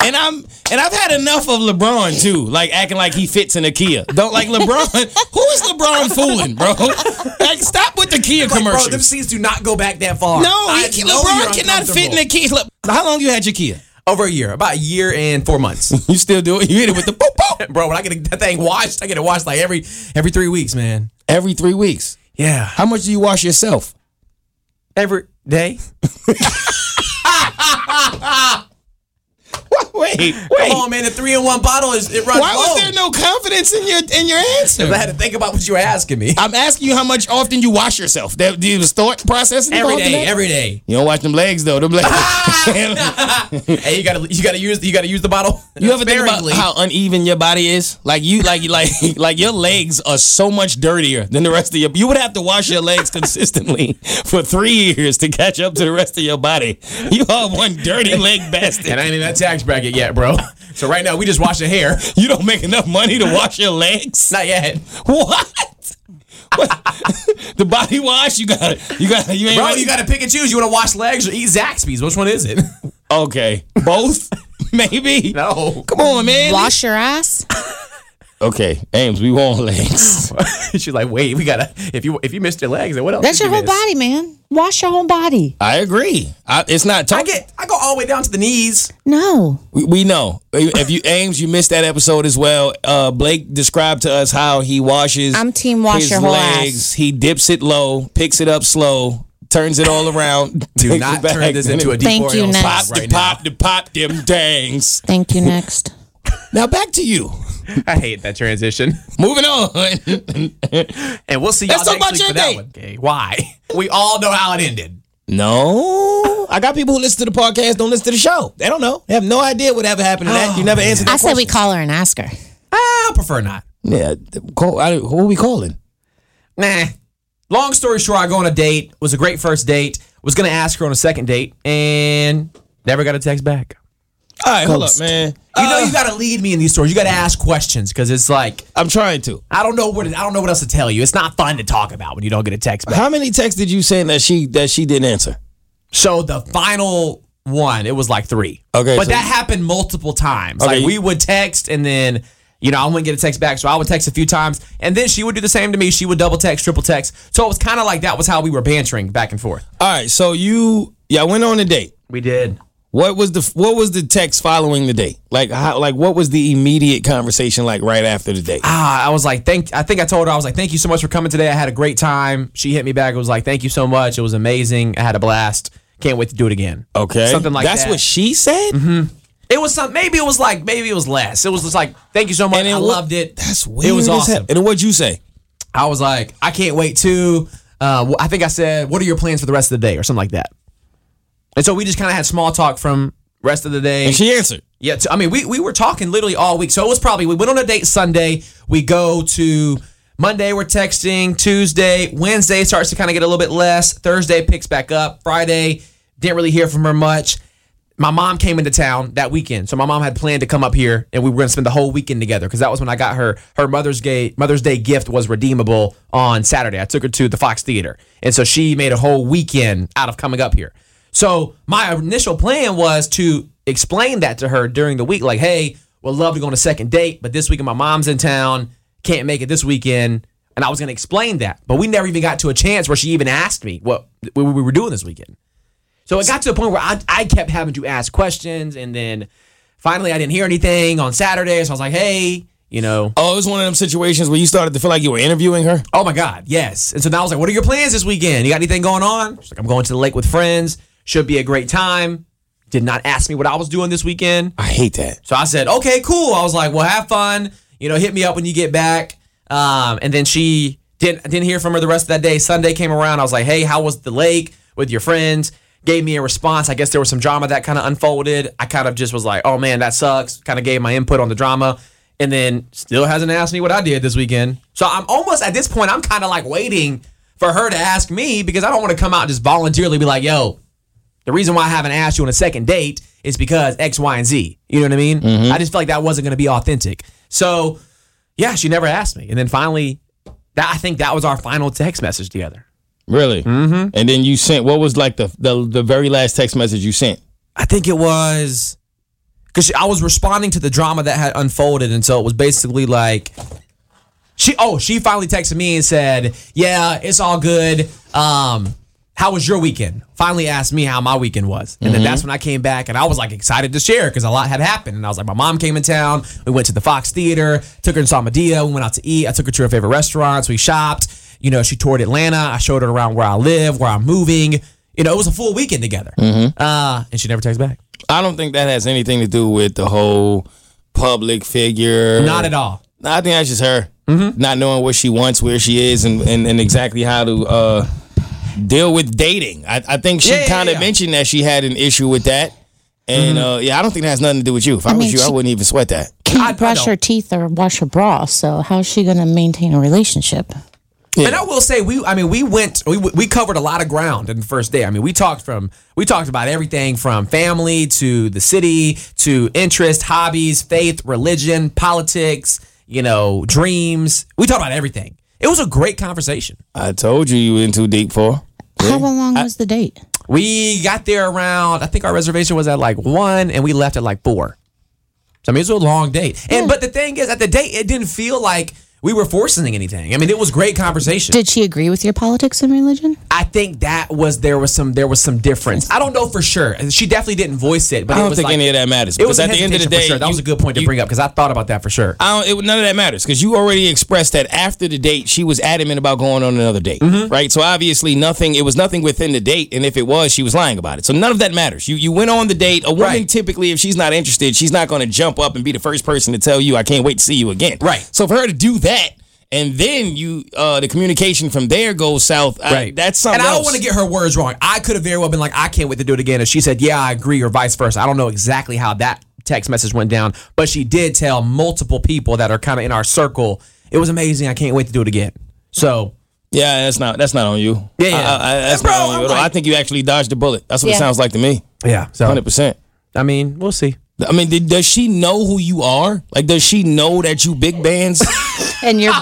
S5: And I'm and I've had enough of LeBron too, like acting like he fits in a Kia. Don't like LeBron. *laughs* Who is LeBron fooling, bro? Like, stop with the Kia
S6: like, bro,
S5: commercials.
S6: them seats do not go back that far.
S5: no, he,
S6: I know you're
S5: LeBron cannot fit in a
S6: uncomfortable.
S5: Kia. Le- How long you had your Kia?
S6: Over a year, about a year and four months.
S5: You still do it? You hit it with the boop
S6: *laughs*
S5: boop
S6: bro. When I get that thing washed, I get it washed like every every three weeks, man.
S5: every three weeks.
S6: Yeah,
S5: How much do you wash yourself?
S6: every day.
S5: *laughs* Wait, wait.
S6: Come on, man. The three in one bottle is it runs
S5: Why
S6: low.
S5: was there no confidence in your in your answer?
S6: I had to think about what you were asking me.
S5: I'm asking you how much often you wash yourself. That you was thought processing
S6: Every
S5: involved in
S6: day,
S5: that?
S6: every day. *laughs*
S5: You don't wash them legs though. Them legs.
S6: Hey, you gotta you gotta use you gotta use the bottle.
S5: you ever think about
S6: sparingly.
S5: how uneven your body is? Like you, like like *laughs* like your legs are so much dirtier than the rest of your. You would have to wash your legs consistently *laughs* for three years to catch up to the rest of your body. You are one dirty leg
S6: *laughs*
S5: bastard.
S6: And I ain't in that tax bracket yet, bro. So right now we just wash the hair. *laughs*
S5: You don't make enough money to wash your legs.
S6: Not yet,
S5: *laughs* What? what? the body wash? You got to You got to You ain't
S6: bro.
S5: ready?
S6: You gotta pick and choose. You wanna wash legs or eat Zaxby's? Which one is it? *laughs*
S5: Okay. Both? *laughs* Maybe.
S6: No. *laughs*
S5: Come on, man.
S7: Wash your ass.
S5: Okay, Ames, we want legs.
S6: She's like, wait, we gotta. If you if you missed your legs, then what else?
S7: That's
S6: did
S7: your
S6: you
S7: whole
S6: miss?
S7: body, man. Wash your whole body.
S5: I agree. I, it's not
S6: I
S5: talking.
S6: get. I go all the way down to the knees.
S7: No.
S5: we, we know. If you Ames, you missed that episode as well. Uh, Blake described to us how he washes.
S7: I'm team wash
S5: his
S7: your whole
S5: legs.
S7: ass.
S5: He dips it low, picks it up slow, turns it all around.
S6: *laughs* Do not turn this
S5: *laughs*
S6: into a deep
S7: Thank you, Nat.
S5: pop the pop the pop them *laughs* dangs.
S7: Thank you. Next.
S5: Now back to you.
S6: I hate that transition.
S5: Moving on. *laughs*
S6: And we'll see y'all
S5: Let's
S6: next
S5: talk about
S6: week
S5: your
S6: for that
S5: date.
S6: one. Okay, why? We all know how it ended.
S5: No, I got people who listen to the podcast don't listen to the show. They don't know. They have no idea what ever happened to that. You never answered.
S7: I
S5: That
S7: said we call her and ask her.
S6: I prefer not.
S5: yeah, call, I, who are we calling?
S6: Nah. Long story short, I go on a date. Was a great first date. Was gonna ask her on a second date, and never got a text back.
S5: All right, hold up, man.
S6: You know, you gotta lead me in these stories. You gotta ask questions because it's like
S5: I'm trying to.
S6: I don't know what I don't know what else to tell you. It's not fun to talk about when you don't get a text back.
S5: How many texts did you send that she that she didn't answer?
S6: So the final one, it was like three.
S5: Okay,
S6: But
S5: so-
S6: that happened multiple times.
S5: Okay,
S6: like
S5: you-
S6: we would text and then, you know, I wouldn't get a text back. So I would text a few times and then she would do the same to me. She would double text, triple text. So it was kind of like that was how we were bantering back and forth.
S5: All right, so you yeah went on a date.
S6: We did.
S5: What was the what was the text following the date? Like how like what was the immediate conversation like right after the date?
S6: ah, I was like, thank. I think I told her I was like, thank you so much for coming today. I had a great time. She hit me back. It was like, thank you so much. It was amazing. I had a blast. Can't wait to do it again.
S5: Okay,
S6: something like
S5: that's
S6: that. Mm-hmm.
S5: what she said.
S6: It was some. Maybe it was like. Maybe it was less. It was just like, thank you so much. I
S5: it wa-
S6: loved it.
S5: That's weird.
S6: It was
S5: as
S6: awesome.
S5: hell. And then what'd you say?
S6: I was like, I can't wait to. Uh, wh- I think I said, what are your plans for the rest of the day or something like that. And so we just kind of had small talk from rest of the day.
S5: And she answered.
S6: Yeah, t- I mean, we, we were talking literally all week. So it was probably, we went on a date Sunday. We go to Monday, we're texting. Tuesday, Wednesday starts to kind of get a little bit less. Thursday picks back up. Friday, didn't really hear from her much. My mom came into town that weekend. So my mom had planned to come up here and we were going to spend the whole weekend together because that was when I got her. Her Mother's Day, Mother's Day gift was redeemable on Saturday. I took her to the Fox Theater. And so she made a whole weekend out of coming up here. So my initial plan was to explain that to her during the week, like, hey, would love to go on a second date, but this weekend my mom's in town, can't make it this weekend. And I was gonna explain that. But we never even got to a chance where she even asked me what what we were doing this weekend. So it got to a point where I, I kept having to ask questions and then finally I didn't hear anything on Saturday. So I was like, hey, you know,
S5: Oh, it was one of them situations where you started to feel like you were interviewing her.
S6: Oh my God, yes. And so now I was like, what are your plans this weekend? You got anything going on? She's like, I'm going to the lake with friends. Should be a great time. Did not ask me what I was doing this weekend.
S5: I hate that.
S6: So I said, okay, cool. I was like, well, have fun. You know, hit me up when you get back. Um, and then she didn't didn't hear from her the rest of that day. Sunday came around. I was like, hey, how was the lake with your friends? Gave me a response. I guess there was some drama that kind of unfolded. I kind of just was like, oh man, that sucks. Kind of gave my input on the drama. And then still hasn't asked me what I did this weekend. So I'm almost at this point, I'm kind of like waiting for her to ask me because I don't want to come out and just voluntarily be like, yo, the reason why I haven't asked you on a second date is because X, Y, and Z. You know what I mean? I just felt like that wasn't going to be authentic. So, yeah, she never asked me. And then finally, that I think that was our final text message together.
S5: Really? Mm-hmm. And then you sent what was like the the, the very last text message you sent?
S6: I think it was because I was responding to the drama that had unfolded, and so it was basically like she. Oh, she finally texted me and said, "Yeah, it's all good. Um, how was your weekend?" Finally asked me how my weekend was, and then that's when I came back, and I was like excited to share because a lot had happened, and I was like, my mom came in town. We went to the Fox Theater, took her to saw Medea. We went out to eat. I took her to her favorite restaurants. We shopped. You know, she toured Atlanta. I showed her around where I live, where I'm moving. You know, it was a full weekend together. Uh, and she never texts back.
S5: I don't think that has anything to do with the whole public figure.
S6: Not at all.
S5: Nah, I think that's just her not knowing what she wants, where she is, and and, and exactly how to uh, deal with dating. I, I think she
S6: Yeah, yeah,
S5: kind of
S6: yeah.
S5: mentioned that she had an issue with that, and uh, yeah, I don't think that has nothing to do with you. If I,
S7: mean,
S5: was you, I
S7: she-
S5: wouldn't even sweat that.
S7: Can't
S6: I- I
S7: brush her
S6: don't.
S7: teeth or wash her bra. So how's she going to maintain a relationship?
S6: And I will say, we, I mean, we went, we, we covered a lot of ground in the first day. I mean, we talked from, we talked about everything from family to the city to interest, hobbies, faith, religion, politics, you know, dreams. We talked about everything. It was a great conversation.
S5: I told you you were in too deep for.
S7: How long was the date?
S6: We got there around, I think our reservation was at like one and we left at like four. So, I mean, it was a long date. And, but the thing is, at the date, it didn't feel like we were forcing anything. I mean, it was great conversation.
S7: Did she agree with your politics and religion?
S6: I think that was there was some there was some difference. I don't know for sure. She definitely didn't voice it, but it
S5: I don't
S6: was
S5: think
S6: like-
S5: any of that matters.
S6: It was
S5: because
S6: at the end of the day. Sure. That
S5: you-
S6: was a good point to
S5: you-
S6: bring up because I thought about that for sure.
S5: I don't, it, none of that matters because you already expressed that after the date she was adamant about going on another date,
S6: Mm-hmm.
S5: right? So obviously nothing. It was nothing within the date, and if it was, she was lying about it. So none of that matters. You you went on the date. A woman
S6: Right.
S5: typically, if she's not interested, she's not going to jump up and be the first person to tell you, "I can't wait to see you again."
S6: Right.
S5: So for her to do that. And then you, uh, the communication from there goes south. I- that's something.
S6: And I don't
S5: else.
S6: want to get her words wrong. I could have very well been like, I can't wait to do it again. And she said, Yeah, I agree, or vice versa. I don't know exactly how that text message went down, but she did tell multiple people that are kind of in our circle, it was amazing. I can't wait to do it again. So
S5: Yeah, that's not that's not on you.
S6: Yeah, yeah.
S5: I, I, that's
S6: Bro,
S5: not on you
S6: I'm
S5: at all.
S6: like-
S5: I think you actually dodged a bullet. That's what it
S7: Yeah.
S5: sounds like to me.
S6: yeah. So
S5: Hundred percent.
S6: I mean, we'll see.
S5: I mean, did, does she know who you are? Like, does she know that you big bands
S7: *laughs* And you're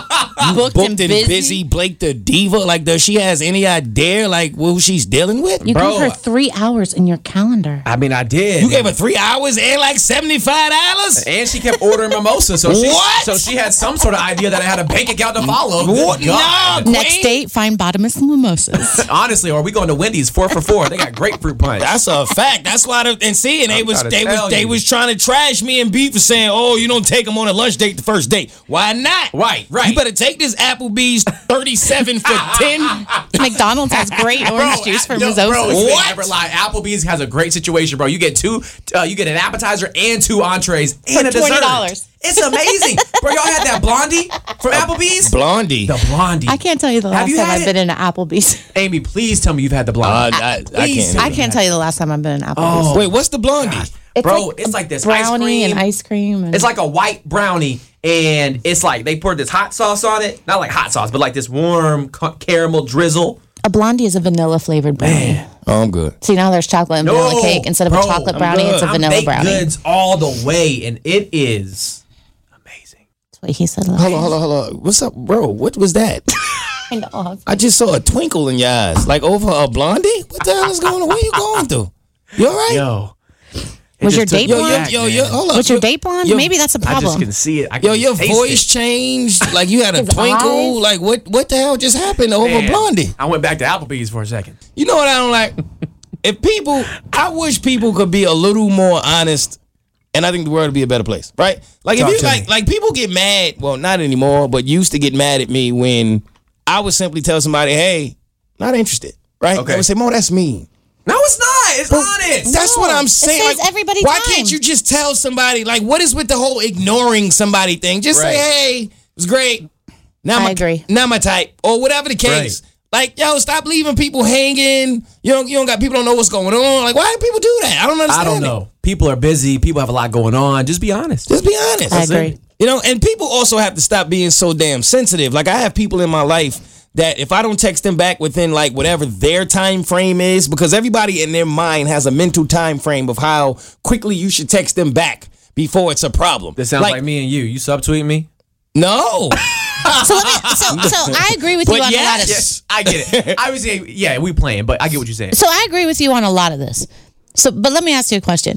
S7: booked,
S5: booked
S7: and
S5: and busy. Blake the diva? Like, does she has any idea like who she's dealing with?
S7: You
S6: Bro,
S7: gave her
S6: I-
S7: three hours in your calendar.
S6: I mean, I did.
S5: You gave her three hours and like seventy five dollars.
S6: and she kept ordering mimosa, so she
S5: What?
S6: so she had some sort of idea that I had a bank account to follow. Good
S5: What?
S6: God.
S5: No,
S7: Next
S5: queen.
S7: date, find
S6: *laughs*
S7: bottomless mimosas. *laughs*
S6: Honestly, are we going to Wendy's four for four? They got grapefruit punch.
S5: That's a fact. That's why. The, and see, and they was
S6: trying to
S5: they
S6: tell
S5: was they
S6: you.
S5: was trying to trash me and beef for saying, "Oh, you don't take them on a lunch date the first date. Why not?
S6: Right, right.
S5: You better take this Applebee's thirty seven for ten.
S7: McDonald's has great orange
S6: Bro,
S7: juice for
S6: I- yo,
S7: mimosas.
S6: Bro, you
S5: What?
S6: ain't never lie. Applebee's has a great situation, bro. You get two, uh, you get an appetizer and two entrees and a dessert.
S7: $20.
S6: It's
S5: *laughs*
S6: amazing, bro. Y'all had that blondie from Applebee's.
S5: Blondie.
S6: The blondie.
S7: I can't tell you the
S6: Have
S7: last
S6: you
S7: time
S6: had
S7: I've been
S6: it?
S7: in
S6: *laughs*
S7: an Applebee's.
S6: Amy, please tell me you've had the blondie.
S5: I, I,
S6: Please.
S5: do
S7: I can't tell you the last time I've been in an Applebee's.
S5: Wait, what's the blondie?
S7: It's
S6: Oh, bro, it's like this ice
S7: brownie
S6: cream.
S7: and ice cream. And
S6: It's like a white brownie, and it's like they poured this hot sauce on it. Not like hot sauce, but like this warm ca- caramel drizzle.
S7: a blondie is a vanilla flavored brownie.
S5: Oh, I'm good.
S7: See, now there's chocolate and
S6: No,
S7: vanilla cake instead of
S6: bro,
S7: a chocolate
S6: I'm
S7: brownie. It's a
S6: I'm
S7: vanilla
S6: baked
S7: brownie.
S6: goods all the way, and it is amazing.
S7: That's what he said.
S5: Hold on, hold on, hold on. What's up, bro? What was that?
S7: on.
S5: I just saw a twinkle in your eyes, like over a blondie. What the hell is going on? Where you going through? You all right?
S6: Yo,
S7: Was your date
S5: yo, yo,
S7: blonde?
S5: yo, yo, hold up.
S7: Was your date blonde?
S5: yo,
S7: Maybe that's a
S6: I just
S7: problem.
S6: can see it. I
S5: Yo,
S6: can
S5: your
S6: taste
S5: voice
S6: it.
S5: changed. Like you had a
S7: His
S5: twinkle.
S7: eyes.
S5: Like what? What the hell just happened over
S6: Man,
S5: Blondie?
S6: I went back to Applebee's for a second.
S5: You know what I don't like? if people, I wish people could be a little more honest, and I think the world would be a better place, right? Like
S6: Talk
S5: if
S6: to
S5: you like,
S6: me.
S5: like people get mad. Well, not anymore, but used to get mad at me when I would simply tell somebody, "Hey, not interested." Right?
S6: Okay.
S5: They would say, "Mo, that's mean."
S6: No, it's not. It's honest.
S5: That's what I'm
S7: It
S5: saying.
S7: saves everybody
S5: why
S7: time.
S5: can't you just tell somebody? Like, what is with the whole ignoring somebody thing? Just
S6: Right.
S5: say, hey, it was great. Now
S7: I
S5: my,
S7: agree.
S5: Now my type, or whatever the case. Like, yo, stop leaving people hanging. You don't, you don't got people don't know what's going on. Like, why do people do that? I don't
S6: I
S5: understand.
S6: don't
S5: it.
S6: know. People are busy. People have a lot going on. Just be honest.
S5: Just be honest.
S7: I agree.
S5: You know, and people also have to stop being so damn sensitive. Like I have people in my life that if I don't text them back within like whatever their time frame is, because everybody in their mind has a mental time frame of how quickly you should text them back before it's a problem.
S6: That sounds like, me and you. You subtweet me.
S5: No.
S6: *laughs*
S7: so let me. So, so I agree with you
S5: But
S7: on a lot of.
S5: yes.
S6: I get *laughs* it. I was saying, yeah, we playing, but I get what you're saying.
S7: So I agree with you on a lot of this. So, but let me ask you a question: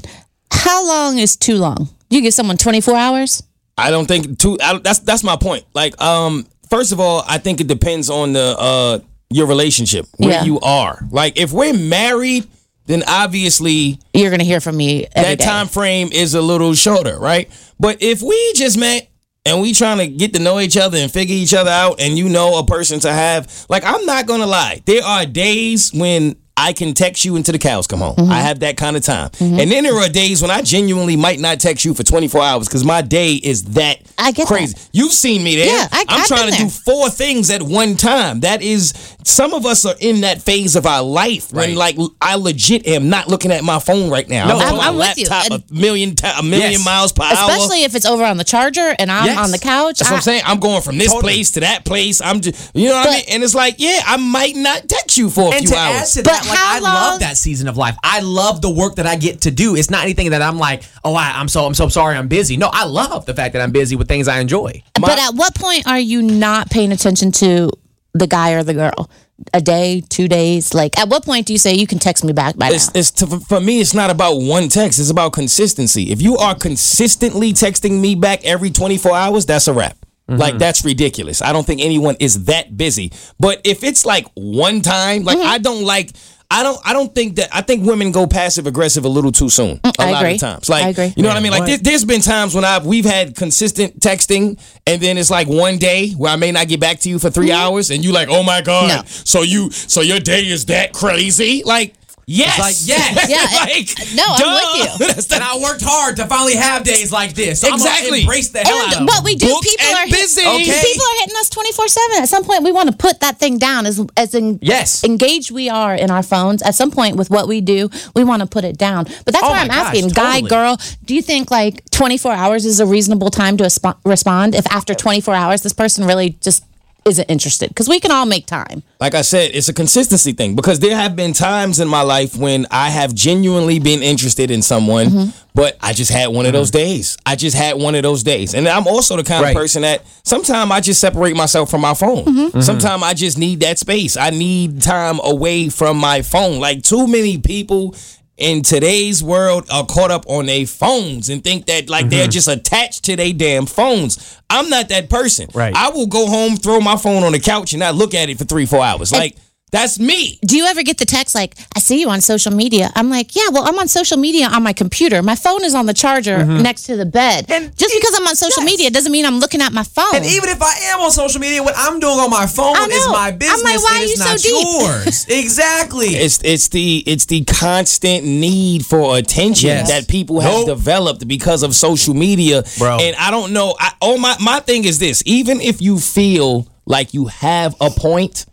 S7: How long is too long? You give someone 24 hours.
S5: I don't think too. I, that's that's my point. Like, um, first of all, I think it depends on the uh your relationship where
S7: Yeah.
S5: you are. Like, if we're married, then obviously
S7: You're gonna hear from me every
S5: that
S7: day.
S5: time frame is a little shorter, right? But if we just met and we trying to get to know each other and figure each other out, and you know a person to have, like I'm not gonna lie, there are days when I can text you until the cows come home.
S7: Mm-hmm.
S5: I have that kind of time, and then there are days when I genuinely might not text you for 24 hours because my day is that
S7: I get
S5: crazy.
S7: that.
S5: You've seen me there.
S7: Yeah, I-
S5: am
S7: I've
S5: trying
S7: been
S5: to do
S7: there.
S5: four things at one time. That is, some of us are in that phase of our life when, like, I legit am not looking at my phone right now.
S6: No,
S5: I'm,
S6: I'm-
S5: on my
S7: I'm with you.
S5: laptop
S7: And-
S5: A million, ti- a million
S6: Yes.
S5: miles per hour.
S7: Especially if it's over on the charger and I'm
S6: Yes.
S7: on the couch.
S5: That's what
S7: I-
S5: I'm saying. I'm going from this
S6: Totally.
S5: place to that place. I'm just, you know what I
S7: But-
S5: mean? And it's like, yeah, I might not text you for a
S6: and
S5: few
S6: to add
S5: hours.
S6: to
S7: But
S6: that, like
S7: how
S6: I love
S7: long-
S6: that season of life. I love the work that I get to do. It's not anything that I'm like, oh, I, I'm so I'm so sorry, I'm busy. No, I love the fact that I'm busy with things I enjoy.
S7: but at what point are you not paying attention to the guy or the girl? A day, two days? Like, at what point do you say you can text me back by
S5: It's,
S7: now?
S5: it's to, for me. It's not about one text. It's about consistency. If you are consistently texting me back every 24 hours, that's a wrap.
S7: Mm-hmm.
S5: Like that's ridiculous. I don't think anyone is that busy. But if it's like one time,
S7: Mm-hmm.
S5: like I don't like. I don't. I don't think that. I think women go passive aggressive a little too soon. A
S7: Mm, I
S5: lot
S7: agree.
S5: of times, like
S7: I agree.
S5: you know what I mean. Like there, there's been times when I've we've had consistent texting, and then it's like one day where I may not get back to you for 3 hours, and you like, oh my god.
S7: Mm-hmm. No.
S5: So you so your day is that crazy? Like yes,
S6: like,
S5: *laughs*
S6: yes.
S7: Yeah,
S5: like,
S7: no, I'm
S5: duh.
S7: with you.
S5: That's
S6: And
S5: the-
S6: I worked hard to finally have days like this. So I'm gonna
S5: Exactly.
S6: embrace the hell out of
S7: And, but we do.
S5: Booked
S7: People
S5: and
S7: are hit-
S5: busy. Okay.
S7: People are hitting us twenty four seven. At some point, we want to put that thing down. As as en-
S6: Yes.
S7: engaged we are in our phones. At some point, with what we do, we want to put it down. But that's
S6: Oh
S7: why
S6: my
S7: I'm
S6: gosh,
S7: asking, guy,
S6: totally.
S7: girl, do you think like twenty four hours is a reasonable time to espo- respond? If after twenty four hours, this person really just isn't interested because we can all make time.
S5: like I said, it's a consistency thing because there have been times in my life when I have genuinely been interested in someone,
S7: Mm-hmm.
S5: but I just had one of those days. I just had one of those days. And I'm also the kind
S6: Right.
S5: of person that sometimes I just separate myself from my phone. Sometimes I just need that space. I need time away from my phone. Like too many people in today's world are caught up on their phones and think that like they're just attached to their damn phones. I'm not that person.
S6: Right.
S5: I will go home, throw my phone on the couch, and not look at it for three, four hours. Like that's me.
S7: Do you ever get the text like, I see you on social media? I'm like, yeah, well, I'm on social media on my computer. My phone is on the charger next to the bed.
S6: Mm-hmm. And
S7: Just
S6: e-
S7: because I'm on social
S6: yes.
S7: media doesn't mean I'm looking at my phone.
S6: And even if I am on social media, what I'm doing on my phone
S7: I
S6: is
S7: know.
S6: my
S7: I'm like,
S6: business.
S7: why
S6: and
S7: are
S6: it's
S7: you so
S6: not
S7: deep? *laughs*
S6: yours. exactly.
S5: It's it's the it's the constant need for attention
S6: Yes.
S5: that people have
S6: Nope.
S5: developed because of social media.
S6: Bro.
S5: And I don't know. I oh my my thing is this. Even if you feel like you have a point,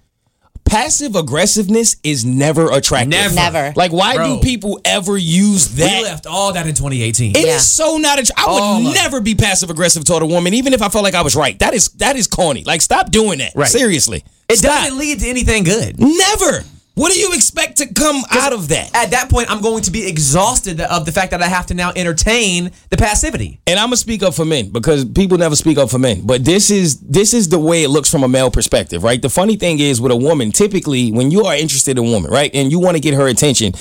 S5: passive aggressiveness is never attractive.
S6: Never.
S7: Never.
S5: Like why
S6: Bro.
S5: do people ever use
S6: we
S5: that?
S6: left all that in 2018.
S5: It is
S7: Yeah.
S5: so not. A, I would
S6: All of it.
S5: never be passive aggressive toward a woman, even if I felt like I was right. That is that is corny. Like stop doing that.
S6: Right.
S5: Seriously,
S6: It
S5: Stop.
S6: doesn't lead to anything good.
S5: Never. What do you expect to come out of that?
S6: At that point, I'm going to be exhausted of the fact that I have to now entertain the passivity.
S5: and I'm gonna speak up for men because people never speak up for men. But this is this is the way it looks from a male perspective, right? The funny thing is with a woman, typically when you are interested in a woman, right, and you want to get her attention.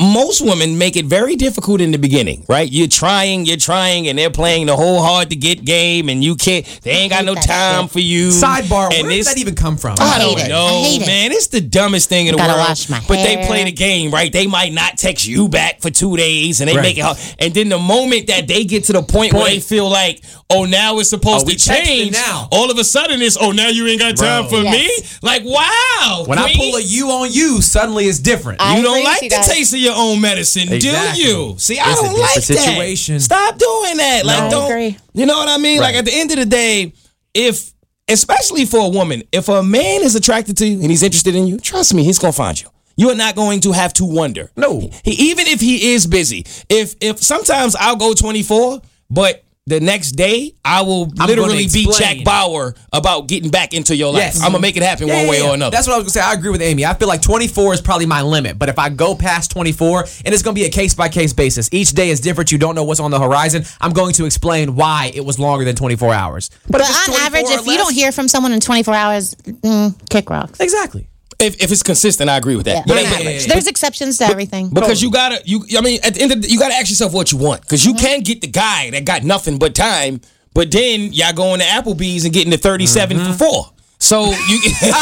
S5: Most women make it very difficult in the beginning, right? You're trying, you're trying, and they're playing the whole hard to get game, and you can't. They ain't got
S7: hate
S5: no
S7: that
S5: time
S7: shit.
S5: for you.
S6: Sidebar,
S5: and
S6: where does
S5: this-
S6: that even come from?
S5: I
S7: hate
S5: don't
S7: it.
S5: know,
S7: I hate it.
S5: Oh, man. It's the dumbest thing in the
S7: Gotta
S5: world.
S7: wash my
S5: but they
S7: hair.
S5: play the game, right? They might not text you back for two days, and they
S6: Right.
S5: make it hard. And then the moment that they get to the point, where
S6: Point.
S5: they feel like, oh, now it's supposed
S6: Oh, we
S5: to change.
S6: texting now.
S5: All of a sudden, it's oh, now you ain't got time
S6: Bro.
S5: for
S7: Yes.
S5: me. Like, wow.
S6: When I
S5: queen,
S6: pull a you on you, suddenly it's different.
S7: I
S5: you
S7: agree
S5: don't
S7: with
S5: like
S7: you
S5: the
S7: guys.
S5: taste of your own medicine,
S6: Exactly.
S5: do you? See, I
S6: It's a
S5: don't like
S6: different
S5: that.
S6: situation.
S5: Stop doing that. Like,
S7: I
S5: don't.
S7: agree.
S5: You know what I mean?
S6: Right.
S5: Like, at the end of the day, if especially for a woman, if a man is attracted to you and he's interested in you, trust me, he's gonna find you. You are not going to have to wonder.
S6: No.
S5: He, even if he is busy, if if sometimes I'll go twenty four, but. The next day, I will
S6: I'm
S5: literally
S6: gonna
S5: be
S6: explain.
S5: Jack Bauer about getting back into your life.
S6: Yes.
S5: I'm gonna make it happen
S6: Yeah,
S5: one
S6: yeah,
S5: way
S6: yeah.
S5: or another.
S6: That's what I was gonna say. I agree with Amy. I feel like 24 is probably my limit, but if I go past 24, and it's gonna be a case by case basis. Each day is different. You don't know what's on the horizon. I'm going to explain why it was longer than 24 hours.
S7: but
S6: if it's
S7: on
S6: 24
S7: average,
S6: or
S7: if you
S6: less-
S7: don't hear from someone in 24 hours, mm, kick rocks.
S6: exactly,
S5: if, if it's consistent, I agree with that.
S7: Yeah,
S5: But it-
S7: on
S6: yeah, yeah,
S7: average.
S6: yeah.
S7: There's exceptions to everything.
S5: Because you gotta, you I mean, at the end of the, you gotta ask yourself what you want. Because
S6: Mm-hmm.
S5: you can get the guy that got nothing but time, but then y'all going to Applebee's and getting the thirty-seven
S6: Mm-hmm.
S5: for four. So you, *laughs* he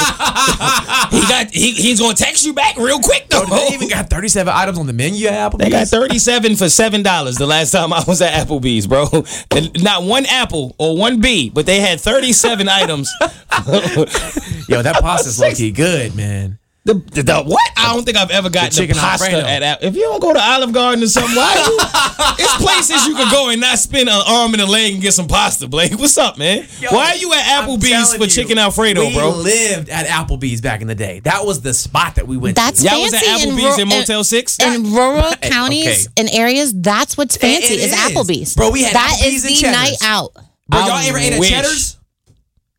S5: got he, he's gonna text you back real quick though.
S6: they even got 37 items on the menu at Applebee's.
S5: *laughs* They got 37 for $7 the last time I was at Applebee's, bro. And not one apple or one B, but they had 37
S6: *laughs*
S5: items. *laughs*
S6: Yo, that pasta's low key good, man.
S5: The, the, the what? I don't think I've ever gotten the
S6: chicken
S5: pasta
S6: Alfredo.
S5: at Apple. If you don't go to Olive Garden or something, why *laughs* you? it's places you could go and not spend an arm and a leg and get some pasta, Blake. What's up, man? why are you at
S6: I'm
S5: Applebee's
S6: telling
S5: for
S6: you,
S5: chicken Alfredo,
S6: we
S5: bro?
S6: lived at Applebee's back in the day. That was the spot that we went.
S7: That's
S6: to.
S5: Y'all was
S7: fancy
S5: at
S7: in
S5: Applebee's
S7: ru-
S5: in Motel Six?
S7: In rural counties
S6: okay.
S7: and areas, that's what's fancy
S6: it
S7: is
S6: is.
S7: Applebee's.
S6: Bro, we had
S7: that
S6: Applebee's
S7: is
S6: and
S7: the
S6: Cheddar's.
S7: night out.
S6: Bro, y'all
S5: I
S6: ever ate at
S5: wish.
S6: Cheddar's?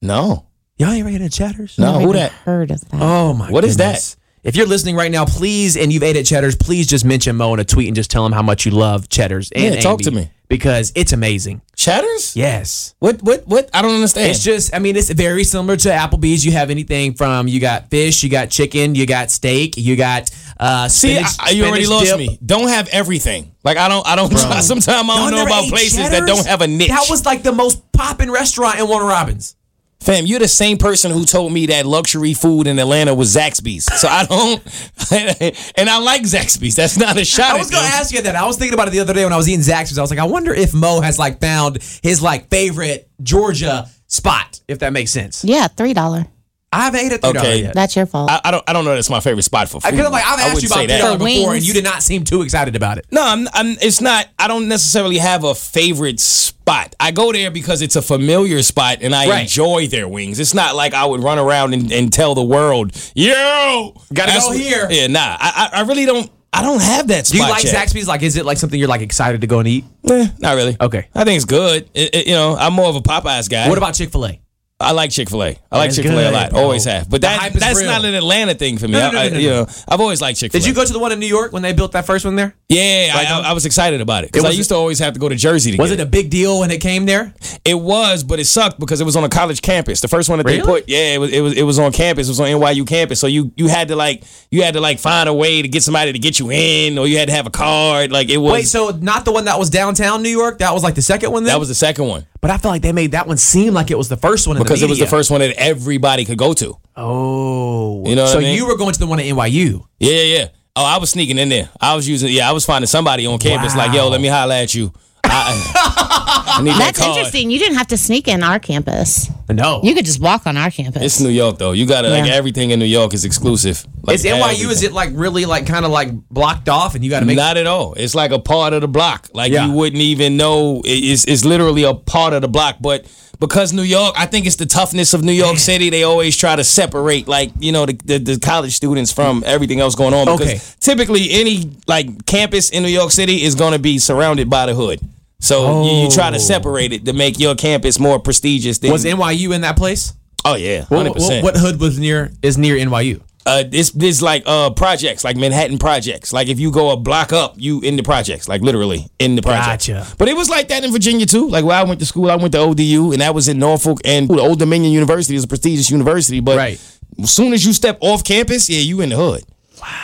S5: No.
S6: Y'all ever ate at Cheddar's?
S5: No,
S7: Never
S5: Oh, who
S7: even
S5: that?
S7: Heard of that?
S6: Oh my!
S5: What is that?
S6: goodness. If you're listening right now, please, and you've ate at Cheddar's, please just mention Mo in a tweet and just tell him how much you love Cheddar's. And
S5: Yeah, talk
S6: Amy,
S5: to me.
S6: because it's amazing.
S5: Cheddar's?
S6: Yes,
S5: What what what? I don't understand.
S6: it's just. I mean, it's very similar to Applebee's. You have anything from you got fish, you got chicken, you got steak, you got uh,
S5: See,
S6: spinach.
S5: I, you already
S6: spinach
S5: lost
S6: dip.
S5: me. Don't have everything. Like I don't I don't *laughs* sometimes I
S6: Y'all
S5: don't know
S6: never
S5: about
S6: ate
S5: places that
S6: Cheddar's?
S5: don't have a niche.
S6: That was like the most poppin' restaurant in Warner Robins.
S5: Fam, you're the same person who told me that luxury food in Atlanta was Zaxby's. So I don't, *laughs* and I like Zaxby's. That's not a shot.
S6: I was
S5: at
S6: gonna
S5: them.
S6: ask you that. I was thinking about it the other day when I was eating Zaxby's. I was like, I wonder if Mo has like found his like favorite Georgia spot, if that makes sense.
S7: Yeah, three dollar.
S6: I've ate at three dollar
S5: Okay.
S6: yet.
S7: That's your fault.
S5: I, I don't. I don't know. That's my favorite spot for food.
S6: Because I'm like, I've
S5: I
S6: asked you
S5: wouldn't
S6: about
S5: say
S6: three
S5: that.
S6: dollar
S7: For
S6: before, and
S7: wings.
S6: you did not seem too excited about it.
S5: No, I'm, I'm. It's not. I don't necessarily have a favorite spot. I go there because it's a familiar spot, and I
S6: Right.
S5: enjoy their wings. It's not like I would run around and, and tell the world, "Yo,
S6: Gotta
S5: that's
S6: go
S5: what-
S6: here.
S5: Yeah, nah. I, I I really don't. I don't have that spot.
S6: Do you like
S5: yet.
S6: Zaxby's? Like, is it like something you're like excited to go and eat?
S5: Eh, not really.
S6: Okay.
S5: I think it's good. It- it- you know, I'm more of a Popeyes guy.
S6: What about Chick Fil A?
S5: I like Chick Fil A. I like
S6: That's
S5: Chick Fil A a
S6: good,
S5: lot.
S6: bro.
S5: Always have, but
S6: The
S5: that
S6: hype is
S5: that's
S6: real.
S5: not an Atlanta thing for me.
S6: No, no,
S5: I-
S6: no,
S5: I-
S6: no, no,
S5: you
S6: no.
S5: know, I've always liked Chick Fil A.
S6: Did you go to the one in New York when they built that first one there?
S5: Yeah, I, I, I was excited about it because
S6: It
S5: I
S6: was-
S5: used to always have to go to Jersey to
S6: Was
S5: get
S6: it a big deal when it came there?
S5: It was, but it sucked because it was on a college campus. The first one that they
S6: Really?
S5: put, yeah, it was, it was it was on campus. It was on NYU campus. So you you had to like you had to like find a way to get somebody to get you in, or you had to have a card. Like it was.
S6: Wait, so not the one that was downtown New York? That was like the second one then?
S5: that was the second one
S6: But I feel like they made that one seem like it was the first one in
S5: because
S6: the
S5: it was the
S6: media.
S5: first one that everybody could go to.
S6: Oh,
S5: You know what
S6: so
S5: I mean?
S6: you were going to the one at NYU.
S5: Yeah, yeah, yeah. Oh, I was sneaking in there. I was using. Yeah, I was finding somebody on campus. Like,
S6: Wow.
S5: yo, let me holla at you. I, *laughs* I need that
S7: That's
S5: card.
S7: interesting. You didn't have to sneak in our campus.
S6: No,
S7: You could just walk on our campus.
S5: It's New York though. You gotta like
S7: Yeah.
S5: everything in New York is exclusive. Like,
S6: is NYU? Is
S5: everything.
S6: it like really like kind of like blocked off, and you got to make?
S5: Not at all. It's like a part of the block. Like
S6: Yeah.
S5: you wouldn't even know. It- It's, it's literally a part of the block. But because New York, I think it's the toughness of New York City. They always try to separate, like you know, the, the, the college students from everything else going on. Because
S6: Okay.
S5: typically, any like campus in New York City is going to be surrounded by the hood. So you, you try to separate it to make your campus more prestigious. Than,
S6: Oh. was NYU in that place?
S5: oh yeah,
S6: What,
S5: hundred
S6: what,
S5: percent.
S6: what hood was near is near NYU?
S5: Uh, this this like uh projects like Manhattan projects. Like if you go a block up, you in the projects. Like literally in the projects.
S6: Gotcha.
S5: But it was like that in Virginia too. Like where I went to school, I went to ODU, and that was in Norfolk. And the Old Dominion University is a prestigious university. But
S6: Right.
S5: as soon as you step off campus, yeah, you in the hood.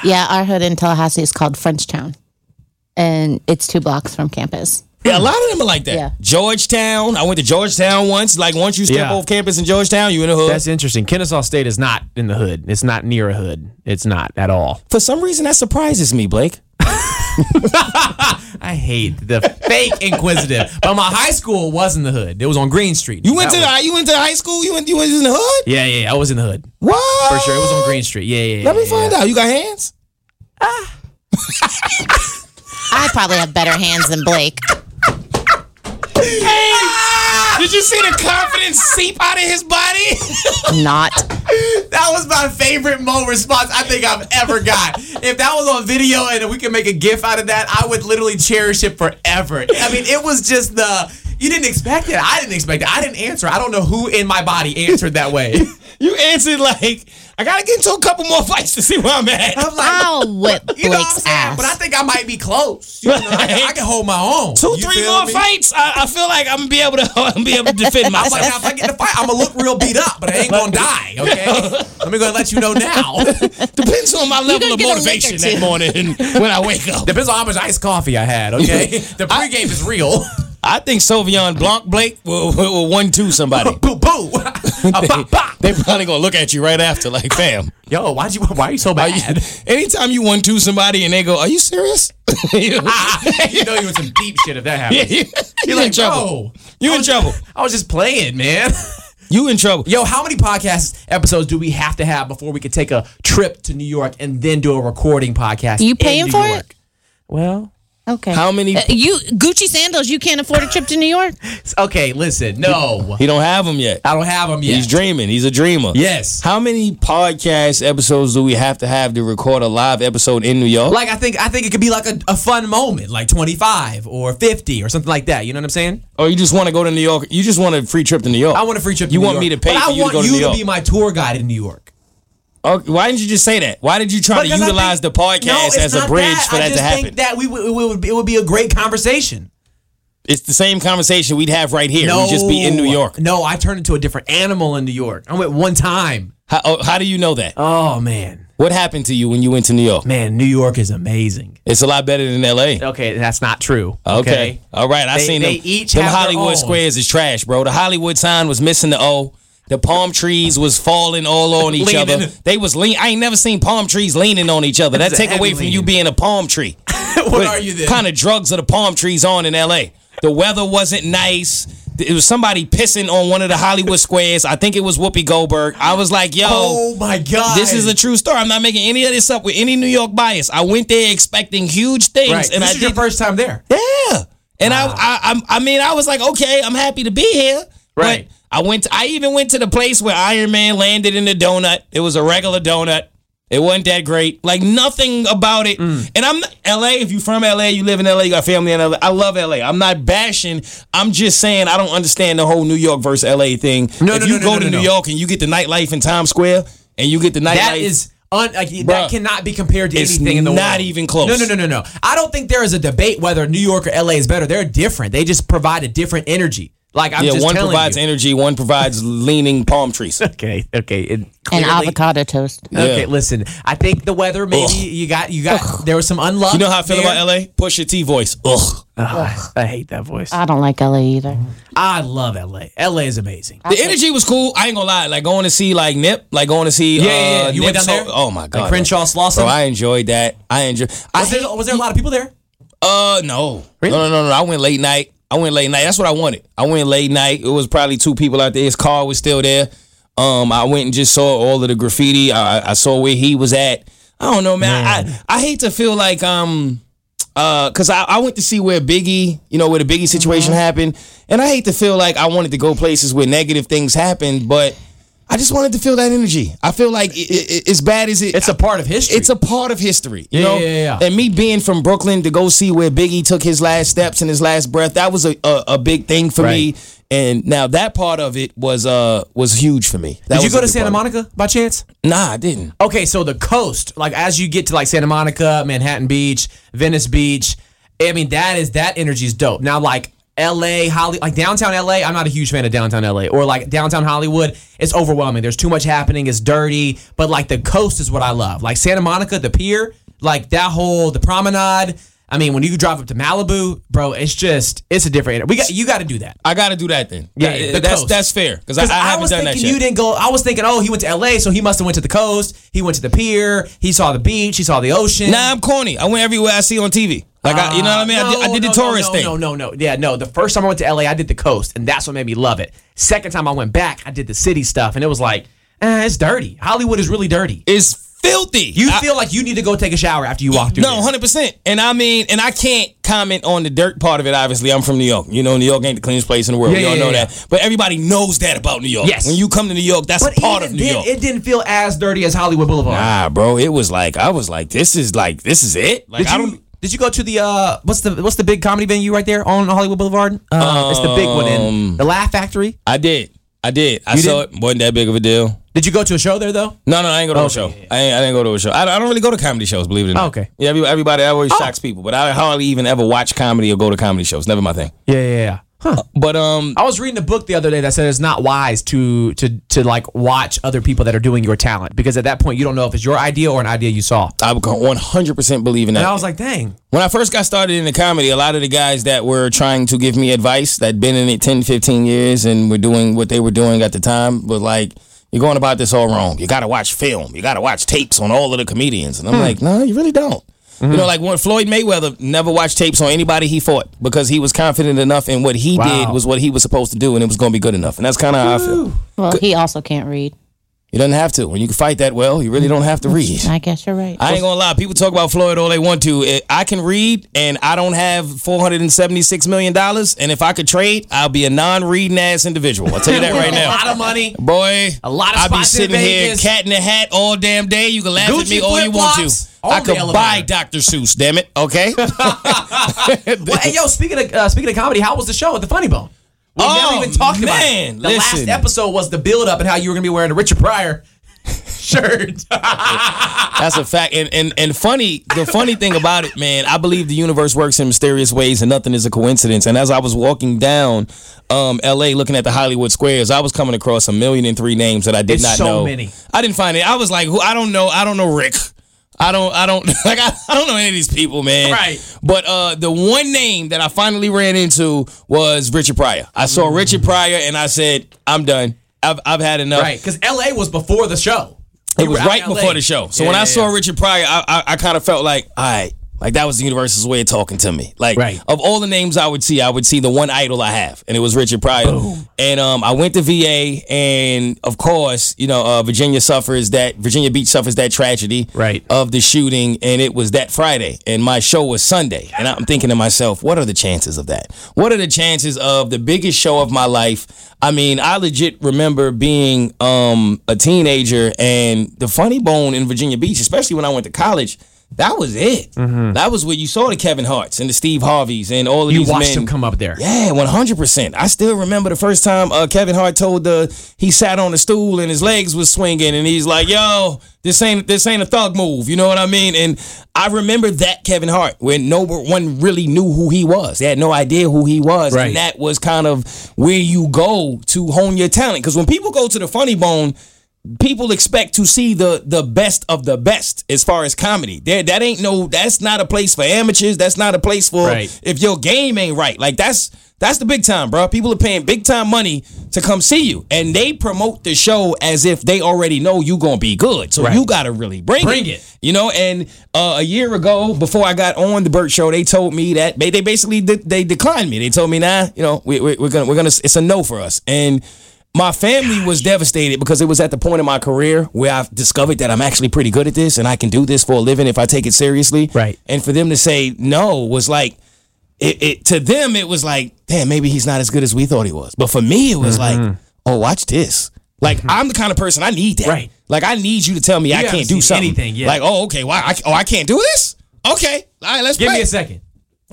S7: yeah, our hood in Tallahassee is called Frenchtown, and it's two blocks from campus.
S5: Yeah, a lot of them are like that.
S7: Yeah.
S5: Georgetown. I went to Georgetown once. Like once you step
S2: Yeah.
S5: off campus in Georgetown, you in the hood.
S2: That's interesting. Kennesaw State is not in the hood. It's not near a hood. It's not at all.
S5: For some reason, that surprises me, Blake.
S6: I hate the fake inquisitive. But my high school was in the hood. It was on Green Street.
S5: You went
S6: That
S5: to
S6: was-
S5: the, you went to high school. You went you went in the hood.
S6: Yeah, yeah, yeah, I was in the hood
S5: What?
S6: for sure. It was on Green Street. Yeah, yeah. yeah
S5: Let me
S6: yeah.
S5: find out. You got hands.
S7: I probably have better hands than Blake.
S5: Did you see the confidence seep out of his body?
S7: Not.
S6: That was my favorite Mo response I think I've ever got. if that was on video and we could make a GIF out of that, I would literally cherish it forever. I mean, it was just the. You didn't expect it. I didn't expect it. I didn't answer. I don't know who in my body answered that way.
S5: *laughs* you answered like, I gotta get into a couple more fights to see where I'm at.
S6: I'm like,
S7: I'll whip Blake's
S6: you know what I'm saying?
S7: ass.
S6: But I think I might be close. You know, I, can, I can hold my own.
S5: Two,
S6: You
S5: three
S6: feel
S5: more
S6: me?
S5: fights. I, I feel like I'm gonna be able to *laughs* I'm gonna be able to defend
S6: I'm like,
S5: myself.
S6: now if I get in a fight, I'm gonna look real beat up, but I ain't gonna die. Okay, let me go and let you know now. *laughs*
S5: Depends on my level
S7: gonna
S5: of
S7: get a lick or
S5: motivation
S7: two.
S5: that morning when I wake up.
S6: Depends on how much iced coffee I had. Okay, the pregame is real.
S5: I think Sauvignon Blanc Blake will, will, will one two somebody.
S6: boo boo. *laughs* Ah, bah, bah.
S5: *laughs* They probably gonna look at you right after, like, fam.
S6: Yo, why'd you? Why are you so
S5: Are you,
S6: *laughs*
S5: *laughs*
S6: bad?
S5: anytime you one two somebody and they go, "Are you serious?" *laughs* you,
S6: Ah, *laughs* you know you in some deep shit if that
S5: yeah,
S6: happens.
S5: *laughs* you,
S6: You're
S5: you in
S6: like,
S5: trouble.
S6: trouble.
S5: You in trouble.
S6: I was just playing, man. *laughs*
S5: You in trouble.
S6: Yo, how many podcast episodes do we have to have before we could take a trip to New York and then do a recording podcast?
S7: You
S6: in
S7: paying
S6: New
S7: for it?
S6: York? Well,
S7: okay.
S5: How many-
S7: Uh, you Gucci sandals? You can't afford a trip to New York.
S6: it's- okay. Listen, no,
S5: He don't have them yet.
S6: I don't have them yet.
S5: He's dreaming. He's a dreamer.
S6: Yes.
S5: How many podcast episodes do we have to have to record a live episode in New York?
S6: like I think I think it could be like a, a fun moment, like 25 or 50 or something like that. You know what I'm saying?
S5: or you just want to go to New York? You just want a free trip to New York?
S6: I want a free trip. To
S5: You
S6: New
S5: want
S6: York,
S5: me to pay
S6: But
S5: for
S6: I
S5: you to
S6: want
S5: go to
S6: you
S5: New York?
S6: to be my tour guide in New York.
S5: Okay, why didn't you just say that? Why did you try
S6: Because
S5: to
S6: I
S5: utilize
S6: think-
S5: the podcast
S6: No,
S5: as
S6: it's
S5: a
S6: not
S5: bridge
S6: that.
S5: for
S6: I
S5: that to
S6: just
S5: happen?
S6: Think that we, would- it would it would be a great conversation.
S5: it's the same conversation we'd have right here. We'd just be in New York.
S6: No, I turned into a different animal in New York. I went one time.
S5: How, oh, how do you know that?
S6: Oh man,
S5: What happened to you when you went to New York?
S6: man, New York is amazing.
S5: It's a lot better than L.A.
S6: Okay, that's not true.
S5: Okay. All right. I
S6: They-
S5: seen
S6: they
S5: them.
S6: each
S5: them
S6: have their
S5: Hollywood
S6: own.
S5: squares is trash, bro. The Hollywood sign was missing the O. The palm trees was falling all on each
S6: Leaning.
S5: other. They was lean. I ain't never seen palm trees leaning on each other. That
S6: That's a
S5: take away
S6: heavy
S5: from you
S6: lean.
S5: being a
S6: *laughs*
S5: palm tree.
S6: *laughs* what are you then?
S5: Kind of drugs are the palm trees on in L.A. The weather wasn't nice. It was somebody pissing on one of the Hollywood squares. I think it was Whoopi Goldberg. I was like, yo.
S6: oh my god,
S5: This is a true story. I'm not making any of this up with any New York bias. I went there expecting huge things,
S6: Right.
S5: and
S6: this
S5: I
S6: is your
S5: did
S6: first time there.
S5: yeah. And I, I, I, I mean, I was like, okay, I'm happy to be here.
S6: Right.
S5: But I went. I even went to the place where Iron Man landed in the donut. It was a regular donut. It wasn't that great. Like nothing about it.
S6: Mm.
S5: And I'm not- LA. If you from LA, you live in LA, you got family in LA. I love LA. I'm not bashing. I'm just saying I don't understand the whole New York versus LA thing.
S6: No,
S5: if
S6: no,
S5: you
S6: no, no,
S5: go
S6: no,
S5: to
S6: no,
S5: New
S6: no.
S5: York and you get the nightlife in Times Square and you get the nightlife.
S6: That is un, like,
S5: Bruh.
S6: that cannot be compared to
S5: It's
S6: anything in the world.
S5: not even close.
S6: No, no, no, no, no. I don't think there is a debate whether New York or LA is better. They're different. They just provide a different energy. Like I'm
S5: yeah,
S6: just
S5: one
S6: telling
S5: provides
S6: you.
S5: energy,
S6: *laughs*
S5: one provides leaning palm trees.
S2: Okay, okay. It,
S7: and
S6: Clearly-
S7: avocado toast.
S6: Okay,
S5: Yeah.
S6: listen. I think the weather maybe
S5: Ugh.
S6: you got you got there was some unluck.
S5: You know how I feel
S6: there.
S5: about LA? Push your T voice. Ugh.
S2: Ah, I hate that voice.
S7: I don't like LA either.
S6: I love LA. LA is amazing.
S7: Uh,
S5: The energy was cool. I ain't gonna lie. Like going to see like Nip, like going to see
S6: Yeah, yeah, yeah.
S5: uh,
S6: You went
S5: Nip's
S6: down there?
S5: whole- Oh my
S6: Like
S5: god, man.
S6: Crenshaw, Slauson?
S5: Bro, I enjoyed that. I enjoyed. I
S6: Was there,
S5: hate-
S6: was there a lot of people there?
S5: Uh, no. No, no, no, no. I went late night. I went late night. That's what I wanted. I went late night. It was probably two people out there. His car was still there. Um, I went and just saw all of the graffiti. I, I saw where he was at. I don't know, man. I, I I hate to feel like um uh cause I, I went to see where Biggie, you know, where the Biggie situation
S6: Mm-hmm.
S5: happened. And I hate to feel like I wanted to go places where negative things happened, but I just wanted to feel that energy. I feel like i i i- as bad as it
S6: It's a part of history.
S5: it's a part of history, you
S6: Yeah,
S5: know.
S6: yeah, yeah, yeah.
S5: And me being from Brooklyn to go see where Biggie took his last steps and his last breath, that was a a, a big thing for me. And now that part of it was uh was huge for me. That
S6: Did you
S5: was
S6: go
S5: a
S6: to
S5: big
S6: Santa
S5: part of
S6: Monica by chance?
S5: it. Nah, I didn't.
S6: Okay, so the coast, like as you get to like Santa Monica, Manhattan Beach, Venice Beach, I mean that is that energy is dope. Now like LA, Holly, like downtown LA, I'm not a huge fan of downtown LA or like downtown Hollywood. It's overwhelming. There's too much happening. It's dirty. But like the coast is what I love. Like Santa Monica, the pier, like that whole the promenade. I mean, when you drive up to Malibu, bro, it's just it's a different. We got you got to do that.
S5: I got to do that then.
S6: Yeah,
S5: That-
S6: the
S5: that's
S6: coast.
S5: that's fair because I, I
S6: Because I,
S5: haven't
S6: was
S5: done that
S6: thinking
S5: yet.
S6: you didn't go. I was thinking, oh, he went to L.A., so he must have went to the coast. He went to the pier. He saw the beach. He saw the ocean.
S5: Nah, I'm corny. I went everywhere I see on TV. Like I, you know what I mean? I did, I
S6: No,
S5: did the
S6: no,
S5: tourist
S6: no,
S5: thing.
S6: No, no, no, yeah, no. The first time I went to L.A., I did the coast, and that's what made me love it. Second time I went back, I did the city stuff, and it was like, eh, it's dirty. Hollywood is really dirty.
S5: It's filthy.
S6: You
S5: I-
S6: feel like you need to go take a shower after you walk through.
S5: No,
S6: there.
S5: hundred percent. And I mean, and I can't comment on the dirt part of it. Obviously, I'm from New York. You know, New York ain't the cleanest place in the world.
S6: Yeah,
S5: we all
S6: yeah,
S5: know
S6: yeah.
S5: that. But everybody knows that about New York.
S6: Yes.
S5: When you come to New York, that's
S6: But
S5: a part
S6: even
S5: of New
S6: then,
S5: York.
S6: it didn't feel as dirty as Hollywood Boulevard.
S5: ah, bro, it was like I was like, this is like this is it. Like
S6: Did
S5: I
S6: you,
S5: don't.
S6: did you go to the uh what's the what's the big comedy venue right there on Hollywood Boulevard? Uh, it's the big one
S5: Um,
S6: in the Laugh Factory.
S5: I did. I did. I saw it. wasn't that big of a deal.
S6: Did you go to a show there though?
S5: No, no, I ain't go to a show.
S6: yeah,
S5: I, ain't, I didn't go to a show. I, I don't really go to comedy shows, believe it or not.
S6: okay. Oh.
S5: Yeah, every- everybody that always shocks people, but I hardly even ever watch comedy or go to comedy shows. Never my thing.
S6: Yeah, yeah, yeah. Huh.
S5: But um,
S6: I was reading a book the other day that said it's not wise to to to like watch other people that are doing your talent because at that point you don't know if it's your idea or an idea you saw.
S5: I would 100% believe in that.
S6: And I was like, dang.
S5: When I first got started in the comedy, a lot of the guys that were trying to give me advice that been in it 10, 15 years and were doing what they were doing at the time was like, you're going about this all wrong. You got to watch film. You got to watch tapes on all of the comedians. And I'm like, no, you really don't. You know, like when Floyd Mayweather never watched tapes on anybody he fought because he was confident enough in what he did was what he was supposed to do and it was going to be good enough. And that's kind of how I feel.
S7: Well, he also can't read.
S5: You don't have to. When you can fight that well, you really don't have to read.
S7: I guess you're right.
S5: I ain't gonna lie. People talk about Floyd all they want to. It- I can read, and I don't have four hundred and seventy-six million dollars. And if I could trade, I'll be a non-reading ass individual. I'll tell you
S6: *laughs*
S5: that right
S6: A
S5: now,
S6: lot of money.
S5: boy.
S6: A lot of
S5: I'll be
S6: spots in
S5: sitting here,
S6: Vegas.
S5: cat in a hat, all damn day. You can laugh at
S6: Gucci
S5: me all you want
S6: flip-flops
S5: to.
S6: on
S5: I
S6: the
S5: could
S6: elevator.
S5: buy Dr. Seuss. Damn it. Okay.
S6: Well, hey, yo, speaking of uh, speaking of comedy, how was the show at the Funny Bone? We
S5: Oh,
S6: never even talked about it.
S5: man,
S6: The
S5: listen.
S6: last episode was the build up and how you were gonna be wearing a Richard Pryor *laughs*
S5: *laughs*
S6: shirt.
S5: That's a fact. And, and and funny, the funny thing about it, man, I believe the universe works in mysterious ways and nothing is a coincidence. And as I was walking down um LA looking at the Hollywood squares, I was coming across a million and three names that I did
S6: It's
S5: not
S6: so
S5: know.
S6: many.
S5: I didn't find it. I was like, who I don't know, I don't know Rick. I don't I don't *laughs* like I, I don't know any of these people, man.
S6: Right.
S5: But uh the one name that I finally ran into was Richard Pryor. I saw
S6: Mm.
S5: Richard Pryor and I said, I'm done. I've I've had enough.
S6: right, because LA was before the show.
S5: It
S6: We
S5: was
S6: were out
S5: right
S6: in LA.
S5: before the show. So
S6: Yeah,
S5: when I
S6: yeah,
S5: saw
S6: yeah.
S5: Richard Pryor, I, I, I kind of felt like, all right, Like that was the universe's way of talking to me. Like
S2: Right.
S5: of all the names I would see, I would see the one idol I have, and it was Richard Pryor. And um, I went to VA, and of course, you know, uh, Virginia suffers that Virginia Beach suffers that tragedy Uh,
S2: Right.
S5: of the shooting, and it was that Friday, and my show was Sunday, and I'm thinking to myself, what are the chances of that? What are the chances of the biggest show of my life? I mean, I legit remember being um, a teenager, and the Funny Bone in Virginia Beach, especially when I went to college. That was it. That was where you saw the Kevin Hart's and the Steve Harvey's and all of
S2: Mm-hmm. You
S5: these
S2: watched
S5: men.
S2: him come up there.
S5: Yeah, one hundred percent. I still remember the first time uh, Kevin Hart told the he sat on a stool and his legs was swinging, and he's like, "Yo, this ain't this ain't a thug move." You know what I mean? And I remember that Kevin Hart when no one really knew who he was. They had no idea who he was,
S2: Right.
S5: and that was kind of where you go to hone your talent. Because when people go to the Funny Bone. People expect to see the the best of the best as far as comedy. There, that ain't no. That's not a place for amateurs. That's not a place for
S2: Right.
S5: if your game ain't right. Like that's that's the big time, bro. People are paying big time money to come see you, and they promote the show as if they already know you gonna be good. So you gotta really bring,
S6: Bring it.
S5: you know. And uh, a year ago, before I got on the Burt Show, they told me that they, they basically de- they declined me. They told me, nah, you know, we, we, we're gonna we're gonna it's a no for us. And my family was devastated because it was at the point in my career where I've discovered that I'm actually pretty good at this and I can do this for a living if I take it seriously.
S2: Right.
S5: And for them to say no was like it, it to them it was like damn maybe he's not as good as we thought he was but for me it was like oh watch this like i'm the kind of person i need that
S6: Right.
S5: like i need you to tell me i
S6: haven't
S5: can't do
S6: seen
S5: something
S6: anything yet.
S5: like oh okay why I, oh i can't do this okay all right let's
S6: Give
S5: play
S6: me a second.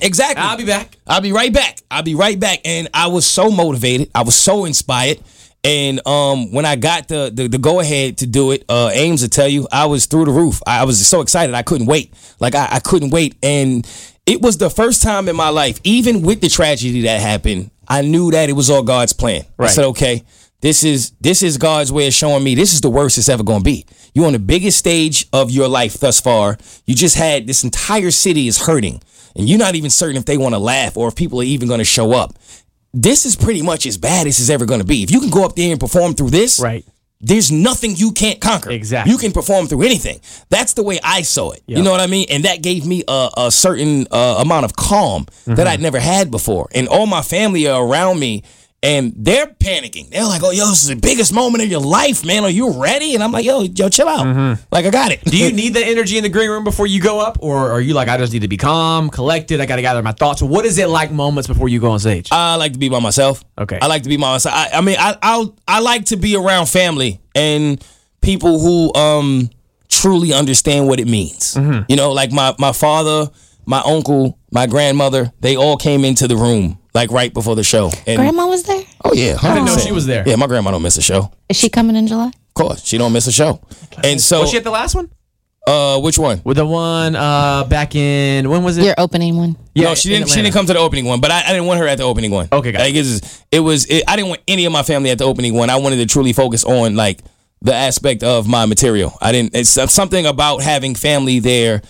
S5: exactly
S6: I'll be back.
S5: I'll be right back. I'll be right back. And I was so motivated. I was so inspired. And um, when I got the the, the go ahead to do it, uh, Ames will tell you I was through the roof. I, I was so excited. I couldn't wait. Like I, I couldn't wait. And it was the first time in my life, even with the tragedy that happened, I knew that it was all God's plan. I said, okay, this is this is God's way of showing me this is the worst it's ever gonna be. You're on the biggest stage of your life thus far. You just had this entire city is hurting, and you're not even certain if they want to laugh or if people are even gonna show up. This is pretty much as bad as it's ever gonna be. If you can go up there and perform through this,
S2: Right.
S5: there's nothing you can't conquer.
S2: Exactly.
S5: You can perform through anything. That's the way I saw it. You
S2: Yep.
S5: know what I mean? And that gave me a, a certain uh, amount of calm that I'd never had before. And all my family are around me and they're panicking. They're like, oh, yo, this is the biggest moment of your life, man. Are you ready? And I'm like, yo, yo, chill out. Like, I got
S6: *laughs*
S5: it.
S6: Do you need that energy in the green room before you go up, or are you like, I just need to be calm, collected? I got to gather my thoughts. What is it like moments before you go on stage?
S5: I like to be by myself.
S2: Okay.
S5: I like to be by myself. I, I mean, I I'll, I like to be around family and people who um truly understand what it means.
S6: Mm-hmm.
S5: You know, like my my father, my uncle, my grandmother. They all came into the room like right before the show. And
S7: Grandma was there?
S5: oh yeah, I
S6: didn't know she was there.
S5: Yeah, my grandma don't miss a show. Of
S7: Is she coming in July?
S5: course, she don't miss a show. And so,
S6: was she at the last one?
S5: uh, which one?
S6: With the one uh back in when was it?
S7: Your opening one.
S6: Yeah,
S5: no, she
S6: in
S5: didn't. She
S6: Atlanta.
S5: didn't come to the opening one, but I, I didn't want her at the opening one.
S6: Okay, gotcha.
S5: Like, it's, it was. It, I didn't want any of my family at the opening one. I wanted to truly focus on like the aspect of my material. I didn't. It's something about having family there.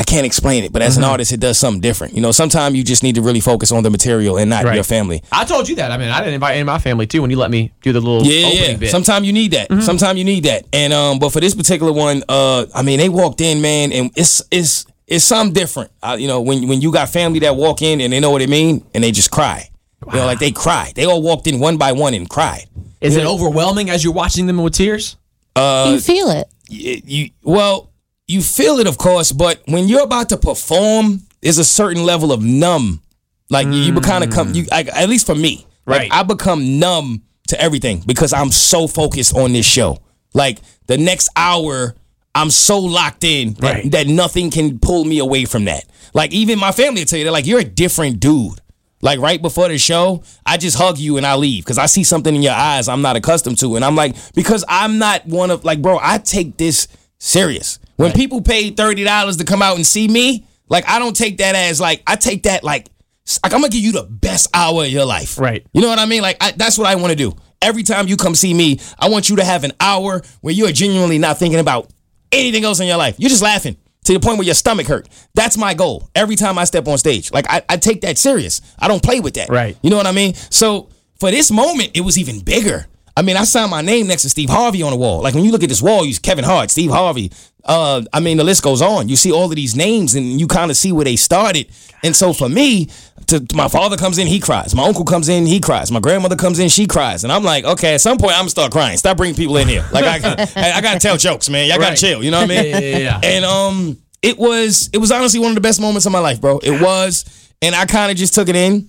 S5: I can't explain it, but as
S6: Mm-hmm.
S5: an artist, it does something different. You know, sometimes you just need to really focus on the material and not your family.
S6: I told you that. I mean, I didn't invite any of my family too when you let me do the little
S5: Yeah,
S6: opening
S5: yeah.
S6: bit.
S5: Sometimes you need that. Sometimes you need that. And um, but for this particular one, uh, I mean, they walked in, man, and it's it's it's something different. Uh, you know, when when you got family that walk in and they know what it mean, and they just cry. You know, like they cried. They all walked in one by one and cried.
S6: is it overwhelming as you're watching them with tears?
S7: you feel it.
S5: Y- you well, you feel it, of course, but when you're about to perform, there's a certain level of numb. Like you, you kind of come. You like, at least for me, like,
S2: Right.
S5: I become numb to everything because I'm so focused on this show. Like the next hour, I'm so locked in that,
S2: Right.
S5: that nothing can pull me away from that. Like even my family will tell you, they're like, "You're a different dude." Like right before the show, I just hug you and I leave because I see something in your eyes I'm not accustomed to, and I'm like, because I'm not one of like, bro, I take this serious. When people pay thirty dollars to come out and see me, like I don't take that as like I take that like s- like I'm gonna give you the best hour of your life.
S2: Right.
S5: You know what I mean? Like I, that's what I want to do. Every time you come see me, I want you to have an hour where you are genuinely not thinking about anything else in your life. You're just laughing to the point where your stomach hurt. That's my goal. Every time I step on stage, like I, I take that serious. I don't play with that.
S2: Right.
S5: You know what I mean? So for this moment, it was even bigger. I mean, I signed my name next to Steve Harvey on the wall. Like when you look at this wall, you Kevin Hart, Steve Harvey. Uh, I mean, the list goes on. You see all of these names, and you kind of see where they started. And so for me, to, to- my father comes in, he cries. My uncle comes in, he cries. My grandmother comes in, she cries. And I'm like, okay, at some point, I'm gonna start crying. Stop bringing people in here. Like I, *laughs* I, I gotta tell jokes, man. Y'all gotta chill. You know what I mean?
S6: Yeah, yeah, yeah.
S5: And um, it was it was honestly one of the best moments of my life, bro. It was, and I kind of just took it in.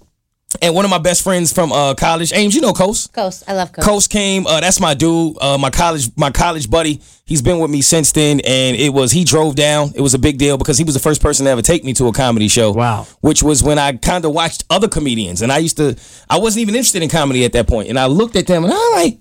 S5: And one of my best friends from uh, college, Ames, you know, Coast.
S7: Coast. I love Coast.
S5: Coast came. Uh, that's my dude. Uh, my college, my college buddy. He's been with me since then, and it was he drove down. It was a big deal because he was the first person to ever take me to a comedy show.
S2: Wow.
S5: Which was when I kind of watched other comedians, and I used to. I wasn't even interested in comedy at that point, and I looked at them, and I'm like,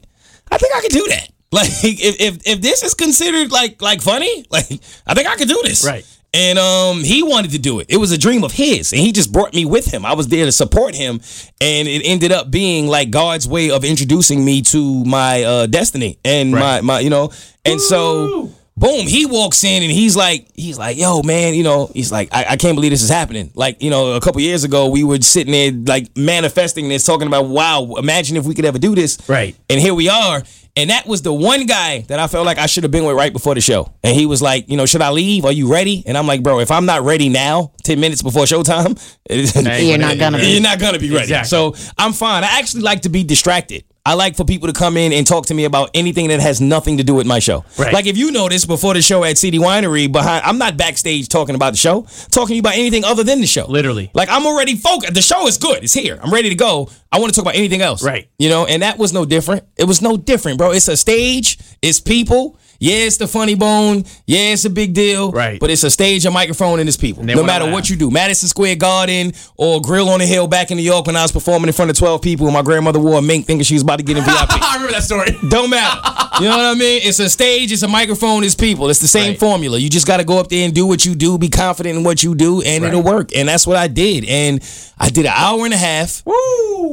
S5: I think I could do that. *laughs* Like, if if, if this is considered like like funny, like I think I could do this.
S2: Right.
S5: And um, he wanted to do it. It was a dream of his, and he just brought me with him. I was there to support him, and it ended up being like God's way of introducing me to my uh, destiny and my my you know. And so, boom, he walks in and he's like, he's like, yo, man, you know, he's like, I, I can't believe this is happening. Like, you know, a couple years ago, we were sitting there like manifesting this, talking about, wow, imagine if we could ever do this,
S2: Right.
S5: and here we are. And that was the one guy that I felt like I should have been with right before the show. And he was like, you know, should I leave? Are you ready? And I'm like, bro, if I'm not ready now, 10 minutes before showtime, *laughs*
S7: You're not gonna be.
S5: you're not gonna be ready.
S2: Exactly.
S5: So I'm fine. I actually like to be distracted. I like for people to come in and talk to me about anything that has nothing to do with my show.
S2: Right.
S5: Like if you notice before the show at CD Winery, behind I'm not backstage talking about the show, talking to you about anything other than the show.
S2: Literally.
S5: Like I'm already focused. The show is good. It's here. I'm ready to go. I want to talk about anything else.
S2: Right.
S5: You know, and that was no different. It was no different, bro. It's a stage. It's people. Yeah, it's the funny bone. Yeah, it's a big deal.
S2: Right.
S5: But it's a stage, a microphone, and it's people.
S2: they
S5: No
S2: wanna
S5: matter
S2: laugh.
S5: what you do, Madison Square Garden or Grill on the Hill back in New York when I was performing in front of 12 people and my grandmother wore a mink thinking she was about to get in
S2: *laughs*
S5: VIP.
S6: *laughs* I remember that story.
S5: Don't matter. You know what I mean? It's a stage, it's a microphone, it's people. It's the same
S2: Right.
S5: formula. You just got to go up there and do what you do, be confident in what you do, and it'll work. And that's what I did. And I did an hour and a half,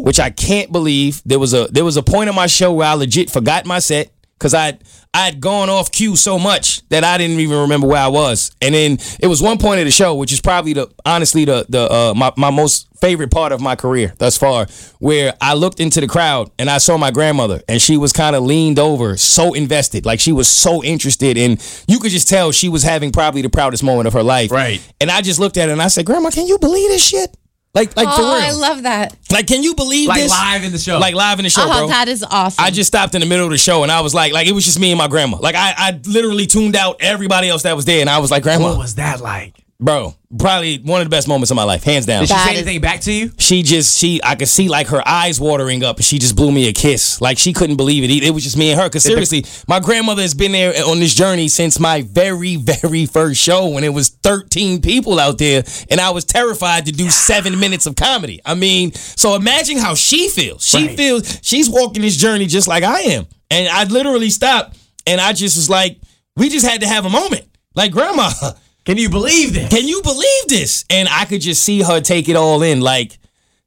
S5: which I can't believe. There was a there was a point in my show where I legit forgot my set because I I had gone off cue so much that I didn't even remember where I was. And then it was one point of the show, which is probably the honestly the the uh, my my most favorite part of my career thus far, where I looked into the crowd and I saw my grandmother and she was kind of leaned over, so invested, like she was so interested, and you could just tell she was having probably the proudest moment of her life.
S2: Right.
S5: And I just looked at her and I said, Grandma, can you believe this shit? Like like for real.
S7: Oh, love that.
S5: *laughs* like can you believe
S6: Like
S5: this?
S6: live in the show.
S5: Like live in the show,
S7: Oh,
S5: bro.
S7: that is awesome.
S5: I just stopped in the middle of the show and I was like, like it was just me and my grandma. Like I, I literally tuned out everybody else that was there and I was like,
S2: What
S5: grandma,
S2: was that like?
S5: bro, probably one of the best moments of my life, hands down.
S6: Did she
S7: That
S6: say
S7: is-
S6: anything back to you?
S5: She just, she, I could see like her eyes watering up and she just blew me a kiss. Like she couldn't believe it. It was just me and her. Cause seriously, my grandmother has been there on this journey since my very, very first show when it was 13 people out there and I was terrified to do seven minutes of comedy. I mean, so imagine how she feels. She feels she's walking this journey just like I am. And I literally stopped and I just was like, we just had to have a moment. Like, grandma,
S6: Can you believe this?
S5: can you believe this? And I could just see her take it all in. Like,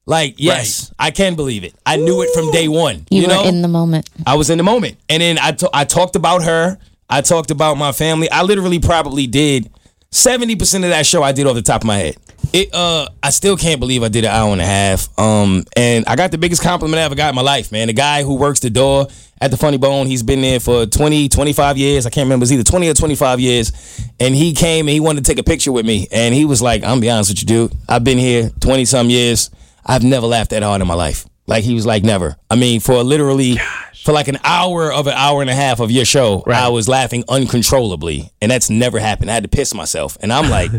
S5: like yes, I can believe it. I knew it from day one.
S7: you,
S5: You, know,
S7: were in the moment.
S5: I was in the moment, and then I ta- I talked about her. I talked about my family. I literally probably did seventy percent of that show. I did off the top of my head. It uh, I still can't believe I did an hour and a half. Um, and I got the biggest compliment I ever got in my life, man. The guy who works the door at the Funny Bone, he's been there for 20, 25 years. I can't remember. It's either 20 or 25 years. And he came and he wanted to take a picture with me. And he was like, I'm gonna be honest with you, dude. I've been here 20 some years. I've never laughed that hard in my life. Like he was like never. I mean, for literally for like an hour of an hour and a half of your show, I was laughing uncontrollably, and that's never happened. I had to piss myself, and
S6: *laughs*
S5: I'm like,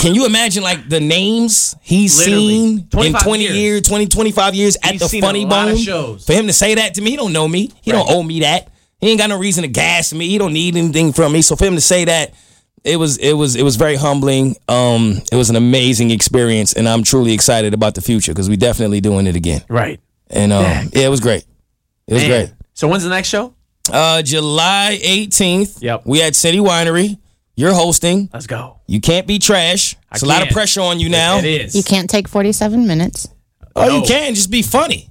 S5: can you imagine like the names he's
S6: Literally.
S5: seen in
S6: 25
S5: 20
S6: years.
S5: years, 20, 25 years at
S6: He's
S5: the
S6: seen a
S5: Funny
S6: lot of
S5: Bone?
S6: shows.
S5: For him to say that to me, he don't know me. He don't owe me that. He ain't got no reason to gas me. He don't need anything from me. So for him to say that, it was it was it was very humbling. Um, it was an amazing experience, and I'm truly excited about the future because we definitely doing it again.
S2: Right.
S5: And um, yeah, it was great. It was
S2: Man.
S5: great.
S2: So when's the next show?
S5: Uh, July 18th.
S2: Yep.
S5: We at City Winery. You're hosting.
S2: Let's go.
S5: You can't be trash. It's a lot of
S2: can't.
S5: pressure on you now.
S2: It is.
S7: You can't take 47 minutes.
S6: *laughs*
S5: Oh, you can just be funny.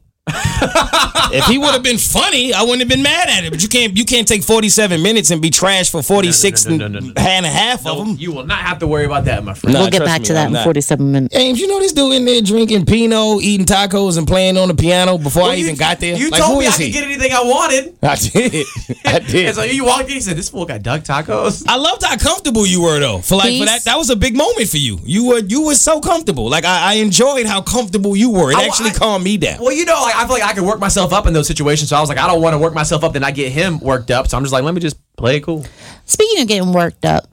S5: if he would have been funny, I wouldn't have been mad at it. But you can't you can't take 47 minutes and be trash for 46
S6: no, no, no, no, no.
S5: and a half of them.
S6: You will not have to worry about that, my friend.
S7: we'll get
S5: trust
S7: back
S5: me,
S7: to that
S5: I'm
S7: in
S5: not.
S7: 47 minutes.
S5: James, you know this dude in there drinking Pinot, eating tacos, and playing on the piano before I
S6: Well, you-
S5: even got there.
S6: You
S5: like,
S6: told
S5: who
S6: me I
S5: is
S6: could
S5: he?
S6: get anything I wanted.
S5: *laughs* I did. *laughs* I did.
S6: And so you walked in, you said, This fool got duck tacos.
S5: I loved how comfortable you were though. For like for
S7: He's-
S5: that, that was a big moment for you. You were you were so comfortable. Like I, I enjoyed how comfortable you were. It
S6: I-
S5: actually
S6: I-
S5: calmed me down.
S6: Well, you know, like, I feel like I could work myself up in those situations. So I was like, I don't want to work myself up, then I get him worked up. So I'm just like, let me just play it cool.
S7: Speaking of getting worked up,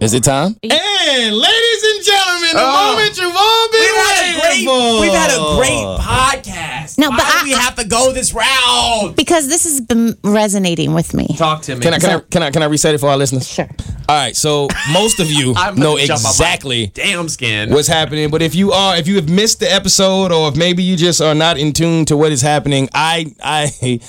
S5: Is it time?
S3: And ladies and gentlemen, the moment you've all been
S6: Oh. We've had a
S3: waiting
S6: great,
S3: for.
S6: we've had a great podcast.
S7: No,
S6: Why
S7: but
S6: do
S7: I-
S6: we have to go this route?
S7: because this has been resonating with me.
S6: Talk to me.
S5: Can I can I can I can I reset it for our listeners?
S7: Sure.
S5: All right, so most of you
S6: *laughs* I'm
S5: know
S6: gonna jump off my
S5: exactly
S6: Damn skin.
S5: what's happening. But if you are, if you have missed the episode, or if maybe you just are not in tune to what is happening, I, I,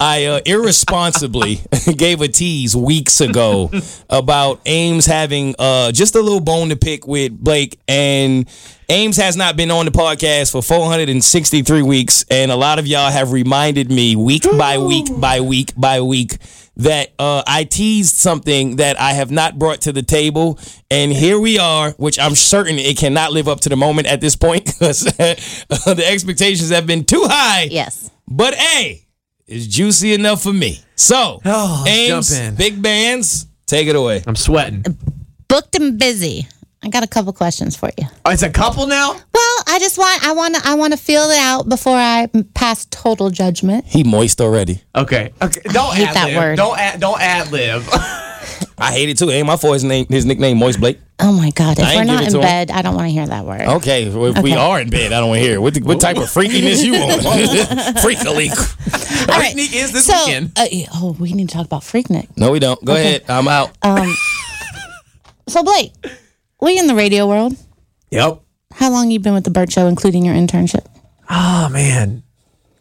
S5: I uh, irresponsibly *laughs* gave a tease
S6: *laughs*
S5: weeks ago about Ames having uh, just a little bone to pick with Blake, and Ames has not been on the podcast for 463 weeks, and a lot of y'all have reminded me week by week by week by week that uh, I teased something that I have not brought to the table, and here we are, which I'm certain it cannot live up to the moment at this point *laughs* because the expectations have been too high.
S7: Yes.
S5: But hey, it's juicy enough for me. So,
S6: Oh, let's
S5: Ames,
S6: jump in.
S5: big bands, take it away.
S2: I'm sweating.
S7: Booked and busy. I got a couple questions for you.
S6: Oh, it's a couple now?
S7: Well, I just want I want to I want to feel it out before I m- pass total judgment.
S5: He moist already.
S6: Okay. Okay. Don't
S7: hate
S6: ad
S7: that
S6: lib.
S7: word.
S6: Don't ad don't ad lib. *laughs*
S5: I hate it too. Ain't my for his name, his nickname, Moist Blake.
S7: Oh my God! If
S5: I
S7: we're
S5: ain't give
S7: not
S5: it
S7: in
S5: to him.
S7: bed, I don't want to hear that word.
S5: Okay, well, if we are in bed, I don't want to hear. it. What, the- what type of freakiness you *laughs* on? Freak a leak.
S7: All right.
S6: Freaknik is this
S7: so,
S6: weekend.
S7: uh, yeah, oh, we need to talk about Freaknik.
S5: No, we don't. Go ahead. I'm out.
S7: So Blake, we in the radio world.
S6: yep.
S7: How long you been with the Bird Show, including your internship?
S6: Oh man.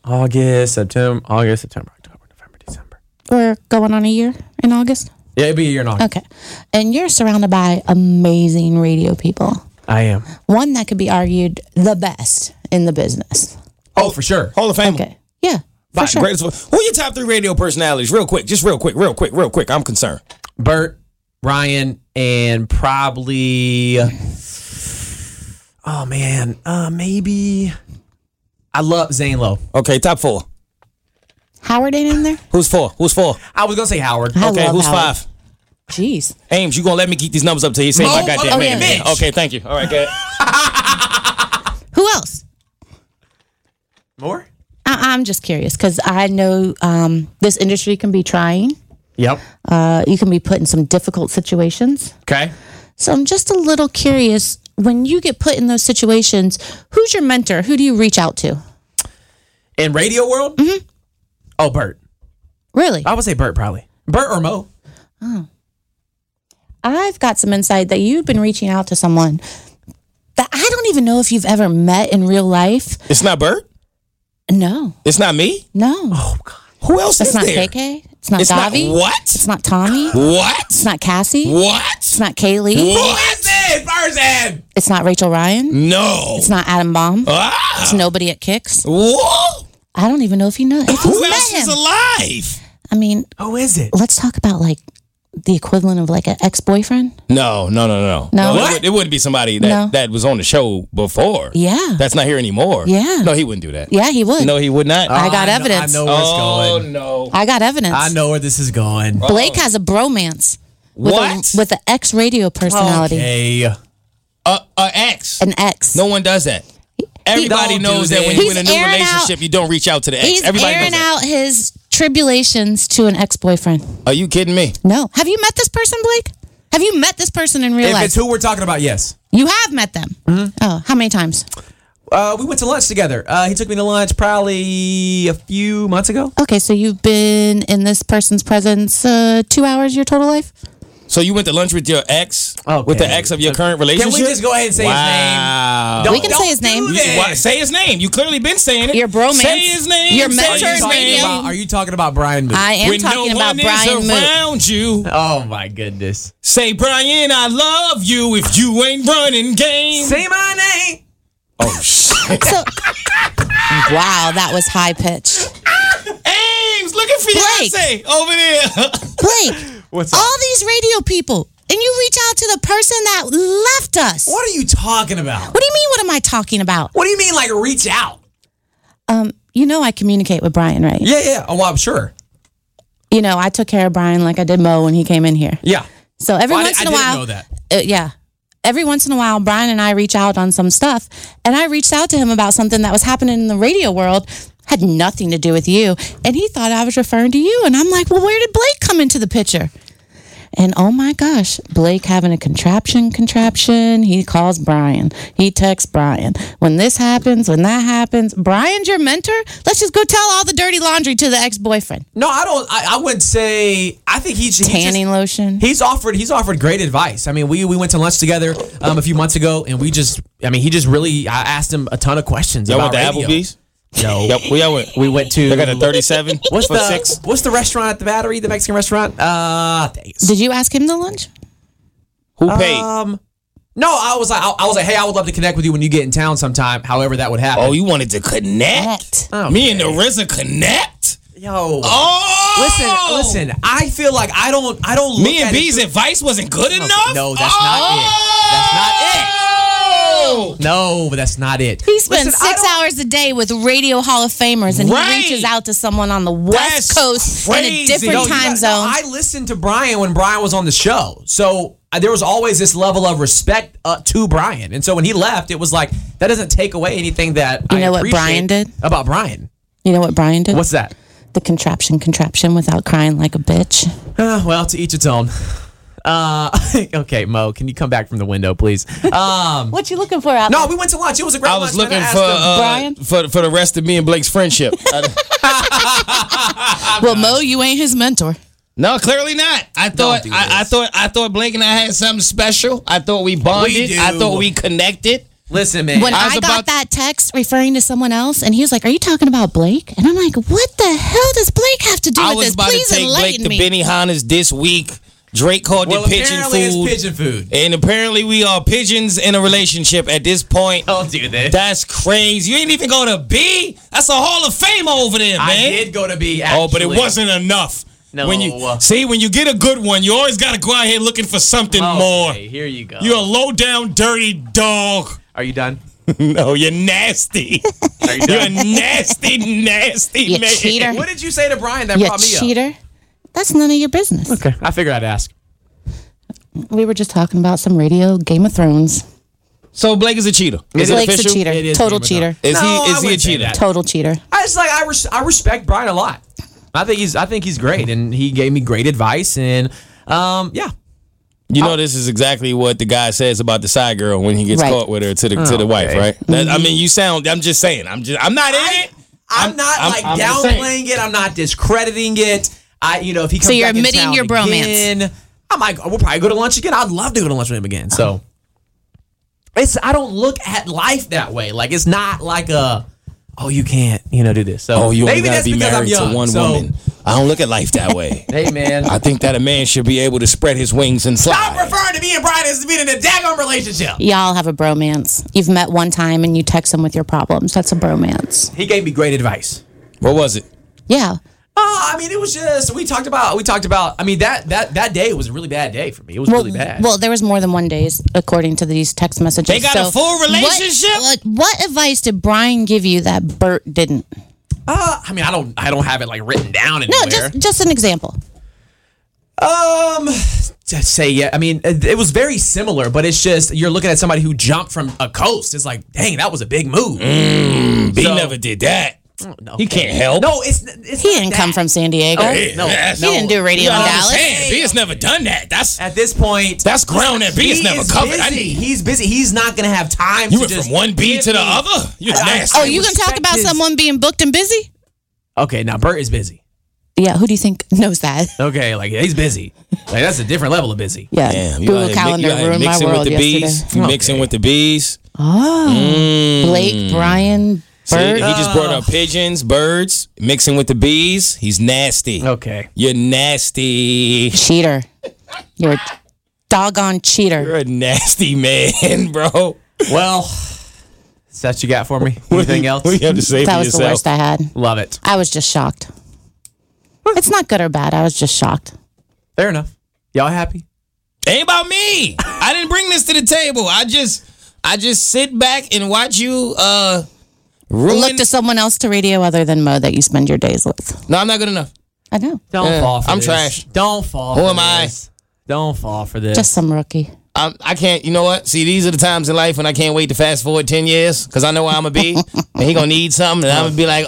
S6: August, September, August, September, October, November, December.
S7: We're going on a year in August.
S6: Yeah, it'd be a year in August.
S7: Okay, and you're surrounded by amazing radio people.
S6: I am.
S7: One that could be argued the best in the business.
S6: Oh, for sure.
S5: Hall of Fame.
S7: Okay. Yeah. For
S5: Bye.
S7: sure.
S5: Greatest. Who are your top three radio personalities? Real quick, just real quick, real quick, real quick. I'm concerned.
S6: Bert, Ryan, and probably. Oh man, uh, maybe. I love Zane Lowe.
S5: Okay, top four.
S7: Howard ain't in there.
S5: Who's four? Who's four?
S6: I was gonna say Howard.
S7: I
S5: Okay,
S7: love
S5: who's
S7: Howard.
S5: five?
S7: Jeez.
S5: Ames, you gonna let me keep these numbers up till you say my
S6: Mo-
S5: goddamn
S6: oh,
S5: name.
S7: yeah.
S5: again. Okay, thank you. All right, go ahead.
S7: Who else?
S6: Oh, More?
S7: I- I'm just curious because I know um, this industry can be trying.
S6: Yep.
S7: Uh, you can be put in some difficult situations.
S6: Okay.
S7: So I'm just a little curious when you get put in those situations, who's your mentor? Who do you reach out to?
S6: In radio world?
S7: Mm-hmm.
S6: Oh, Bert.
S7: Really?
S6: I would say Bert probably. Bert or Mo?
S7: I've got some insight that you've been reaching out to someone that I don't even know if you've ever met in real life.
S5: It's not Bert.
S7: No,
S5: It's not me.
S7: no.
S5: Oh, Who else
S7: it's
S5: is
S7: not
S5: there?
S7: KK. It's not
S5: It's not
S7: Davi.
S5: what?
S7: It's not Tommy. It's
S5: What?
S7: not Cassie.
S5: What?
S7: It's not Kaylee.
S5: What?
S6: it? Person!
S7: It's not Rachel
S5: Mm.
S7: Ryan.
S5: No.
S7: It's not Adam Baum.
S5: Ah.
S7: It's nobody at Kicks.
S5: Whoa.
S7: I don't even know if you know if he's
S5: Who
S7: met
S5: else
S7: him.
S5: is alive?
S7: I mean,
S6: Who is it?
S7: let's talk about like the equivalent of like an ex boyfriend.
S5: No, no, no, no.
S7: No.
S5: it
S7: What?
S5: would- It wouldn't be somebody that,
S7: No.
S5: that was on the show before.
S7: Yeah.
S5: That's not here anymore.
S7: Yeah.
S5: No, he wouldn't do that.
S7: Yeah, he would.
S5: No, he would not.
S7: I got
S6: kn-
S7: evidence.
S6: Oh, I know where
S5: oh,
S6: it's going.
S5: no.
S7: I got evidence.
S6: I know where this is going.
S7: Blake has a bromance with
S5: What?
S7: a, with an ex radio personality.
S6: Okay.
S5: Uh, uh, ex.
S7: An ex.
S5: No one does that. Everybody
S6: Don't do
S5: knows that
S6: that.
S5: when you're in a
S7: He's
S5: new
S7: airing
S5: relationship, you don't reach out to the ex.
S7: he's
S5: Everybody knows
S7: airing
S5: that.
S7: out his tribulations to an ex boyfriend.
S5: Are you kidding me?
S7: No, have you met this person, Blake? Have you met this person in real
S6: If
S7: life?
S6: it's who Mm-hmm. we're talking about, yes.
S7: you have met them. Oh, how many times?
S6: Uh, we went to lunch together. Uh, he took me to lunch probably a few months ago.
S7: Okay, so you've been in this person's presence uh, two hours your total life.
S5: So you went to lunch with your ex?
S6: Okay.
S5: With the ex of your current
S6: Can
S5: relationship?
S6: we just go ahead and say
S5: Wow.
S6: his name?
S7: We can say his
S6: do
S7: name.
S6: that.
S5: You- why- say his name. You clearly been saying it.
S7: Your bromance.
S5: Say his name.
S7: Your
S5: Say
S6: Are
S7: mentor's
S6: you,
S5: his
S7: Turn
S6: talking
S7: name.
S6: about, are you talking about Brian Moody?
S7: I am
S5: When
S7: talking
S5: no
S7: about
S5: one
S7: Brian
S5: is
S7: Moot.
S5: around you,
S6: oh my goodness.
S5: say Brian, I love you. If you ain't running game,
S6: Say my name.
S5: *laughs*
S6: *laughs*
S5: oh shit!
S7: So, Wow, that was high pitched.
S3: Ames, looking for
S7: Blake.
S3: Beyonce over there.
S7: Blake,
S6: What's up?
S7: all these radio people, and you reach out to the person that left us.
S6: What are you talking about?
S7: What do you mean? What am I talking about? Um,
S6: What do you mean, like reach out?
S7: You know, I communicate with Brian, right?
S6: Yeah, yeah. Oh, well, I'm sure.
S7: You know, I took care of Brian like I did Mo when he came in here.
S6: Yeah.
S7: So
S6: Well,
S7: every
S6: Oh, I
S7: once
S6: di-
S7: in a
S6: I didn't
S7: while,
S6: know that.
S7: uh, yeah. Every once in a while, Brian and I reach out on some stuff, and I reached out to him about something that was happening in the radio world, had nothing to do with you, and he thought I was referring to you, and I'm like, well, where did Blake come into the picture? And oh my gosh, Blake having a contraption, contraption. He calls Brian. He texts Brian. When this happens, when that happens, Brian's your mentor. Let's just go tell all the dirty laundry to the ex boyfriend.
S6: No, I don't. I, I wouldn't say. I think he, he just-
S7: Tanning lotion.
S6: He's offered. He's offered great advice. I mean, we we went to lunch together um, a few months ago, and we just. I mean, he just really. I asked him a ton of questions
S3: Y'all
S6: about
S3: went to
S6: radio.
S3: Applebee's?
S6: No,
S3: Yep, we all went.
S6: we went to.
S3: I got a 37
S6: *laughs* What's
S3: for
S6: the
S3: six.
S6: What's the restaurant at the Battery? The Mexican restaurant? Uh, Vegas.
S7: Did you ask him to lunch?
S3: Who paid?
S6: Um, no, I was like, I, I was like, hey, I would love to connect with you when you get in town sometime. However, that would happen.
S3: oh, you wanted to connect?
S7: Connect.
S6: Oh,
S3: Me and the RZA connect?
S6: yo.
S3: Oh!
S6: Listen, listen. I feel like I don't. I don't.
S3: Me
S6: look
S3: and
S6: at it
S3: B's
S6: through-
S3: advice wasn't good enough?
S6: No, that's not it. That's not it.
S3: Oh!
S6: No, but that's not it.
S7: He spends
S6: Listen, I
S7: six
S6: don't-
S7: hours a day with Radio Hall of Famers, and
S3: Right.
S7: he reaches out to someone on the
S3: That's
S7: West Coast in
S3: crazy.
S7: a
S6: No,
S7: different
S6: you
S7: time
S6: got- no,
S7: zone.
S6: I listened to Brian when Brian was on the show, so uh, there was always this level of respect uh, to Brian. And so when he left, it was like that doesn't take away anything that
S7: You
S6: I
S7: know what
S6: appreciate
S7: Brian did?
S6: about Brian.
S7: you know what Brian did?
S6: What's that?
S7: the contraption, contraption without crying like a bitch?
S6: Uh, well, to each its own. Uh, *laughs* okay, Mo, can you come back from the window, please? Um,
S7: What you looking for out
S6: no, we went to lunch. It was a great.
S3: I was
S6: lunch,
S3: looking
S6: man. I
S3: for,
S6: asked him-
S3: uh,
S7: Brian?
S3: for for the rest of me and Blake's friendship. *laughs* I-
S4: Well, Mo, you ain't his mentor.
S5: No, clearly not. I thought
S6: do
S5: I, I
S6: this.
S5: thought I thought Blake and I had something special. I thought we bonded.
S6: do.
S5: I thought we connected.
S6: Listen, man.
S7: When
S5: I
S7: I,
S5: was about-
S7: got that text referring to someone else, and he was like, "Are you talking about Blake?" and I'm like, "What the hell does Blake have to do
S5: I
S7: with
S5: was
S7: this?"
S5: about
S7: Please
S5: to take Blake
S7: enlighten
S5: to
S7: me.
S5: Benny Hanna's this week. Drake called
S6: well,
S5: it pigeon
S6: apparently
S5: food.
S6: it's pigeon food.
S5: And apparently we are pigeons in a relationship at this
S6: *laughs*
S5: point.
S6: Don't do this.
S5: That's crazy. You ain't even go to B. That's a Hall of Fame over there, man.
S6: I did go to be. Actually.
S5: Oh, but it wasn't enough.
S6: No.
S5: When you see when you get a good one, you always gotta go out here looking for something
S6: Oh, Okay,
S5: more.
S6: Here you go.
S5: You're a low down dirty dog.
S6: Are you done?
S5: No, you're nasty.
S6: you
S5: You're a nasty, nasty
S7: You
S5: man. *laughs*
S7: cheater.
S6: What did you say to Brian that
S7: You
S6: brought me
S7: cheater. That's none of your business.
S6: up? Okay, I figured I'd ask.
S7: We were just talking about some radio Game of Thrones.
S5: So Blake is a cheater. Is
S7: Blake's
S5: official?
S7: a cheater.
S6: It is
S7: Total
S6: Game of
S7: cheater.
S5: Is
S6: No,
S5: he
S6: I
S5: is he a
S6: wouldn't say
S5: cheater?
S6: that.
S7: Total cheater.
S6: I just like I, res- I respect Brian a lot. I think he's I think he's great, and he gave me great advice, and um yeah.
S5: You know, this is exactly what the guy says about the side girl when he gets
S7: Right.
S5: caught with her to the to the wife, right? That, I mean, you sound. I'm just saying. I'm just. I'm not in it.
S6: I'm, not
S5: I'm-
S6: like
S5: I'm just
S6: downplaying it. I'm not discrediting it. I you know if he comes
S7: you're
S6: back in
S7: admitting
S6: town
S7: your bromance.
S6: again, I might we'll probably go to lunch again. I'd love to go to lunch with him again. So it's I don't look at life that way. Like it's not like a oh you can't you know do this. So
S5: Oh, you only
S6: maybe
S5: gotta
S6: that's
S5: be
S6: because I'm
S5: married
S6: young.
S5: to one
S6: so,
S5: woman. I don't look at life that way.
S6: Hey man,
S5: *laughs* I think that a man should be able to spread his wings and fly.
S6: I'm referring to me and Brian as being in a daggone relationship.
S7: Y'all have a bromance. You've met one time and you text him with your problems. That's a bromance.
S6: He gave me great advice.
S5: What was it?
S7: Yeah.
S6: Oh, I mean, it was just we talked about we talked about. I mean that that that day was a really bad day for me. It was
S7: Well,
S6: really bad.
S7: well, there was more than one days according to these text messages.
S5: They got a full
S7: what-
S5: relationship?
S7: What, what advice did Brian give you that Bert didn't?
S6: uh, I mean, I don't I don't have it like written down
S7: No,
S6: anywhere.
S7: just just an example.
S6: um, to say yeah. I mean, it, it was very similar, but it's just you're looking at somebody who jumped from a coast. It's like, dang, that was a big move.
S5: B
S6: So-
S5: Mm, never did that.
S6: No,
S5: He can't help.
S6: No, it's, it's
S7: He
S6: not
S7: didn't
S6: that.
S7: come from San Diego.
S5: Oh, Yeah,
S6: No,
S5: that's-
S6: no.
S7: He didn't do radio in
S5: I
S7: Dallas.
S5: understand. B has never done that. That's
S6: At this point,
S5: that's ground that B has
S6: he
S5: never
S6: is
S5: covered. I
S6: Busy.
S5: need-
S6: He's busy. He's not gonna have time. to
S5: you went
S6: just
S5: from one B
S6: give
S5: to the
S6: me-
S5: other. You're nasty.
S7: Oh, you can talk
S6: respect
S7: about
S6: his-
S7: someone being booked and busy?
S6: Okay, now Bert is busy.
S7: Yeah, who do you think knows that?
S6: Okay, like he's busy. Like that's a different level of busy.
S7: Yeah.
S5: Damn, you out here
S7: Google
S5: mi-
S7: Calendar
S5: you out here
S7: ruined my
S5: mixing
S7: world
S5: with the
S7: yesterday.
S5: bees. You Mixing with the bees.
S7: Oh. Blake, Brian,
S5: Mm. See, he
S7: Bert.
S5: just brought up pigeons, birds, mixing with the bees. He's nasty.
S6: Okay.
S5: You're nasty.
S7: cheater. You're a doggone
S5: *laughs*
S7: cheater.
S5: You're a nasty man, bro.
S6: Well, Is that what you got for
S5: *laughs*
S6: me? Anything else?
S3: What you have to say
S7: That
S3: for
S7: was
S3: yourself?
S7: the worst I had.
S6: Love it.
S7: I was just shocked. It's not good or bad. I was just shocked.
S6: Fair enough. Y'all happy?
S5: Ain't about me. I didn't bring this to the table. I just I just sit back and watch you uh ruin.
S7: Look to someone else to radio other than Mo that you spend your days with.
S5: no, I'm not good enough.
S7: I know.
S6: Don't
S5: Yeah,
S6: fall for
S5: I'm
S6: this.
S5: trash.
S6: Don't fall
S5: Who
S6: for
S5: am I?
S6: this. Don't fall for this.
S7: Just some rookie.
S5: I'm, I can't. You know what? See, these are the times in life when I can't wait to fast forward ten years because I know where I'm
S6: *laughs*
S5: gonna be, and he gonna need something, and I'm gonna be like, oh,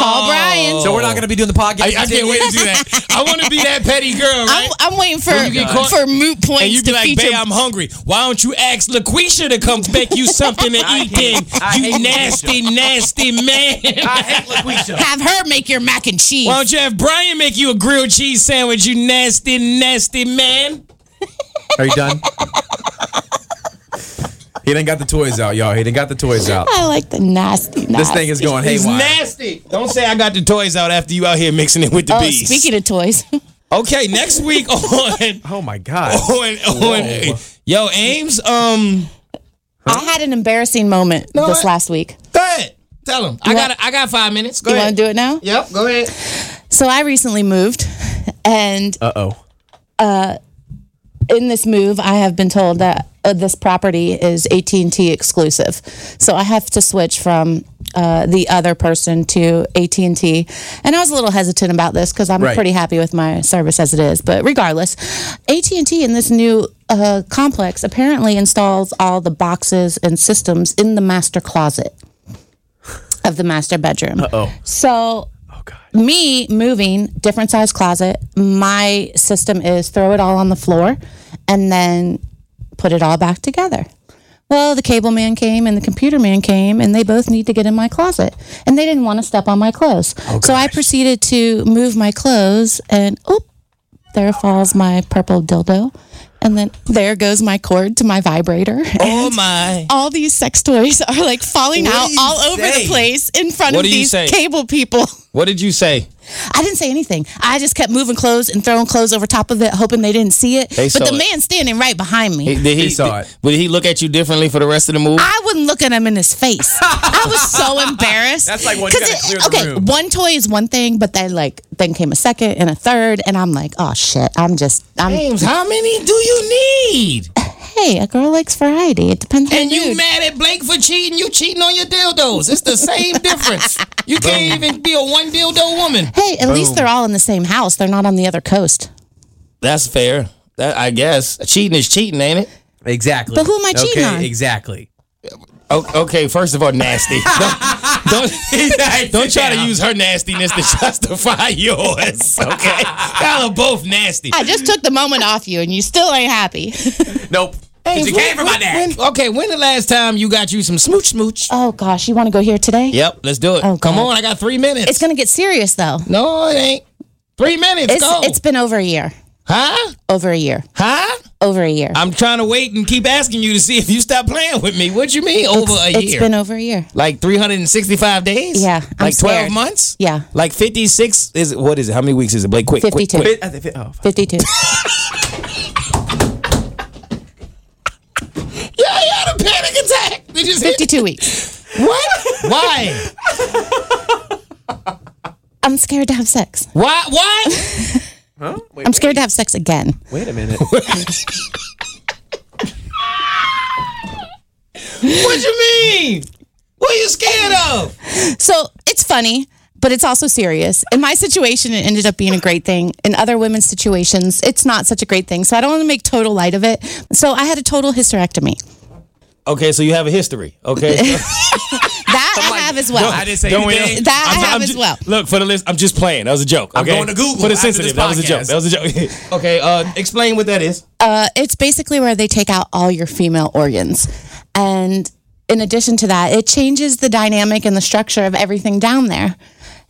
S7: Call Brian.
S6: so we're not going to be doing the podcast.
S5: I, I can't wait to do that. I want to be that petty girl, right?
S7: I'm, I'm waiting for
S5: When you get caught-
S7: for moot
S5: and you be
S7: points to
S5: like,
S7: feature.
S5: "Babe, I'm hungry. Why don't you ask LaQuisha to come make you something to eat? Then
S6: *laughs* I
S5: you
S6: hate
S5: nasty, nasty man.
S6: *laughs* I hate LaQuisha.
S7: have her make your mac and cheese.
S5: Why don't you have Brian make you a grilled cheese sandwich? You nasty, nasty man.
S6: Are you *laughs* done? he didn't got the toys out, y'all. He didn't got the toys out.
S7: I like the nasty. nasty.
S6: This thing is going
S5: He's
S6: haywire.
S5: nasty. Don't say I got the toys out after you out here mixing it with the
S7: Oh,
S5: bees.
S7: speaking of toys, *laughs*
S5: okay,
S6: *laughs*
S5: next week on
S6: oh my god. *laughs*
S5: *laughs* on, on yo Ames. Um,
S7: I had an embarrassing moment this
S5: I-
S7: last week.
S5: go ahead. Tell him. I
S7: You
S5: got I got five minutes. Go
S7: you
S5: ahead.
S7: want to do it now?
S5: Yep. Go ahead.
S7: So I recently moved, and
S6: Uh oh.
S7: in this move, I have been told that uh, this property is AT and T exclusive. So I have to switch from uh, the other person to AT and T, and I was a little hesitant about this because I'm
S6: Right.
S7: pretty happy with my service as it is. But regardless, AT and T in this new uh, complex apparently installs all the boxes and systems in the master closet of the master bedroom. oh. So me moving different size closet my system is throw it all on the floor and then put it all back together well the cable man came and the computer man came and they both need to get in my closet and they didn't want to step on my clothes
S5: Oh,
S7: so i proceeded to move my clothes and oop there falls my purple dildo and then there goes my cord to my vibrator *laughs*
S5: Oh my.
S7: all these sex toys are like falling out
S6: do you
S7: all over
S6: say?
S7: the place in front
S5: What
S7: of
S5: do you
S7: these
S5: say?
S7: cable people
S5: What did you say?
S7: I didn't say anything. I just kept moving clothes and throwing clothes over top of it, hoping they didn't see it.
S5: They
S7: but
S5: saw
S7: the
S5: it.
S7: man standing right behind me.
S5: Did
S6: He saw it.
S5: Would he look at you differently for the rest of the movie?
S7: I wouldn't look at him in his face. I was *laughs* so embarrassed.
S6: That's like when you
S7: 'Cause
S6: gotta clear the
S7: okay,
S6: room.
S7: one toy is one thing, but then like then came a second and a third, and I'm like, oh shit, I'm just I'm
S5: James, how many do you need?
S7: hey, a girl likes variety. It depends
S5: *laughs*
S7: on
S5: And
S7: the
S5: you
S7: mood.
S5: mad at Blake for cheating? You cheating on your dildos. It's the same difference. You can't even be a one dildo woman.
S7: Hey, at least they're all in the same house. They're not on the other coast.
S5: That's fair. That I guess cheating is cheating, ain't it?
S6: Exactly.
S7: But who am I cheating
S6: okay,
S7: on?
S6: Exactly.
S5: O- okay, first of all, *laughs* nasty. Don't don't, *laughs* don't try to use her nastiness to justify *laughs* yours. Okay, y'all are both nasty.
S7: I just took the moment off you, and you still ain't happy.
S6: Nope. 'Cause you
S5: When-
S6: came from my
S5: when-
S6: dad.
S5: when- okay, when the last time you got you some smooch smooch?
S7: *laughs* oh gosh, you want to go here today?
S5: Yep, let's do it.
S7: Oh,
S5: Come
S7: God.
S5: on, I got three minutes.
S7: It's gonna get serious though.
S5: no, it ain't. Three minutes.
S7: It's
S5: go.
S7: it's been over a year.
S5: huh?
S7: Over a year.
S5: Huh?
S7: Over a year.
S5: I'm trying to wait and keep asking you to see if you stop playing with me. What you mean over a
S7: It's
S5: year?
S7: been over a year.
S5: like 365 days?
S7: Yeah, I'm
S5: like 12
S7: scared.
S5: months?
S7: Yeah.
S5: Like 56 is it, what is it? How many weeks is it? Blake quick. quick,
S7: 52.
S5: quick.
S6: oh,
S7: 52.
S5: Yeah, I had a panic attack. They just hit
S7: 52 weeks.
S5: What? Why?
S7: I'm scared to have sex.
S5: Why? What?
S7: I'm scared to have sex again.
S6: Wait a minute.
S5: What you mean? What are you scared of?
S7: So it's funny, but it's also serious. In my situation, it ended up being a great thing. In other women's situations, it's not such a great thing. So I don't want to make total light of it. So I had a total hysterectomy.
S5: Okay, so you have a history. *laughs* Okay.
S7: That I have as well.
S6: I didn't say
S5: Don't we-
S6: anything.
S7: That I
S5: I'm-
S7: have
S5: I'm
S7: as
S5: ju-
S7: well.
S5: Look for the list. I'm just playing. That was a joke. Okay?
S6: going to Google
S5: For the
S6: after this
S5: sensitive. That was a joke.
S6: podcast.
S5: That was a joke. *laughs* okay. Uh, explain what that is.
S7: Uh, it's basically where they take out all your female organs. And in addition to that, it changes the dynamic and the structure of everything down there.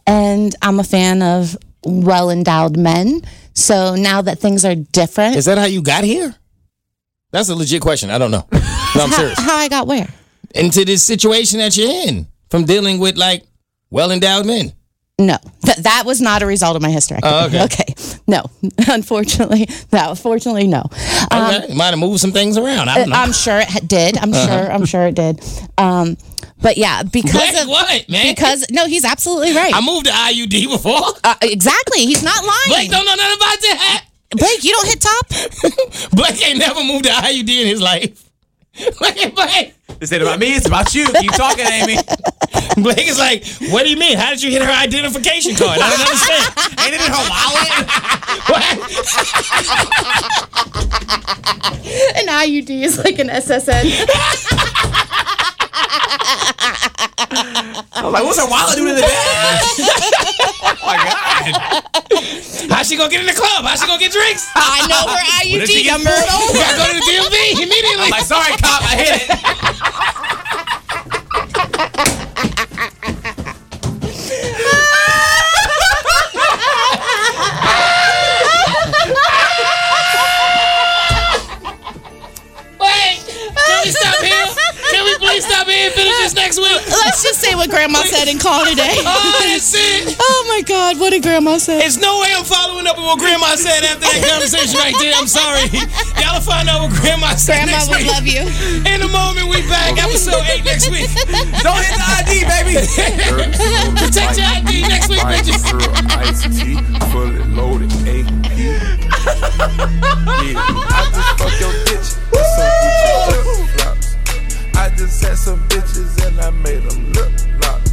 S7: And I'm a fan of well endowed men. So now that things are different,
S5: Is that how you got here? That's a legit question. I don't know. No, I'm *laughs*
S7: how,
S5: serious.
S7: how I got where?
S5: Into this situation that you're in from dealing with like well endowed men.
S7: No, Th- that was not a result of my hysterectomy.
S5: Oh,
S7: *laughs*
S5: okay.
S7: No, unfortunately, no, fortunately, no.
S5: Um,
S7: Um,
S5: uh,
S7: uh,
S5: Okay. Might have moved some things around. I don't know. Uh-huh.
S7: I'm sure it ha- did. I'm sure. I'm sure it did. Um, But yeah, because
S5: Black
S7: of
S5: what, man?
S7: Because no, he's absolutely right.
S5: I moved to IUD before.
S7: uh, exactly, he's not lying.
S5: Blake don't know nothing about that.
S7: Blake, you don't hit top.
S5: Blake ain't never moved to IUD in his
S3: *laughs*
S5: life. Look at Blake.
S6: This ain't about me. It's about you. Keep talking, Amy.
S5: Blake is like,
S3: What do you mean? How did you hit her identification card? I don't understand.
S6: Ain't it in her wallet?
S7: *laughs* An IUD is like an SSN.
S6: *laughs* I'm like, what's her wallet doing in the *laughs* bag? Oh,
S3: How she gonna get in the club? How she gonna get drinks?
S7: I know her
S3: Did she
S7: IUD
S3: get
S7: number.
S3: pulled over? Gotta go to the DMV immediately.
S6: *laughs* I'm like, sorry, cop. I hit
S3: *laughs*
S6: it.
S5: can we stop here? Can we please stop here and finish this next week?
S7: *laughs* Let's just say what Grandma said and call it a day. *laughs*
S5: Oh, that's it.
S7: Oh my God, what did Grandma say?
S3: There's no way I'm following up with what Grandma said after that conversation right there. I'm sorry. Y'all will find out what Grandma said
S7: Grandma
S3: next
S7: would
S3: week.
S7: love you.
S3: In the moment, we back. Episode 8 next week. Oh,
S6: Don't hit the ID, baby. *laughs*
S5: Protect your ID next week, bitches.
S8: Ice tea, fully loaded AP. Yeah, I just fuck your bitch. with Some Gucci flip flops. I just had some bitches and I made them lip locks.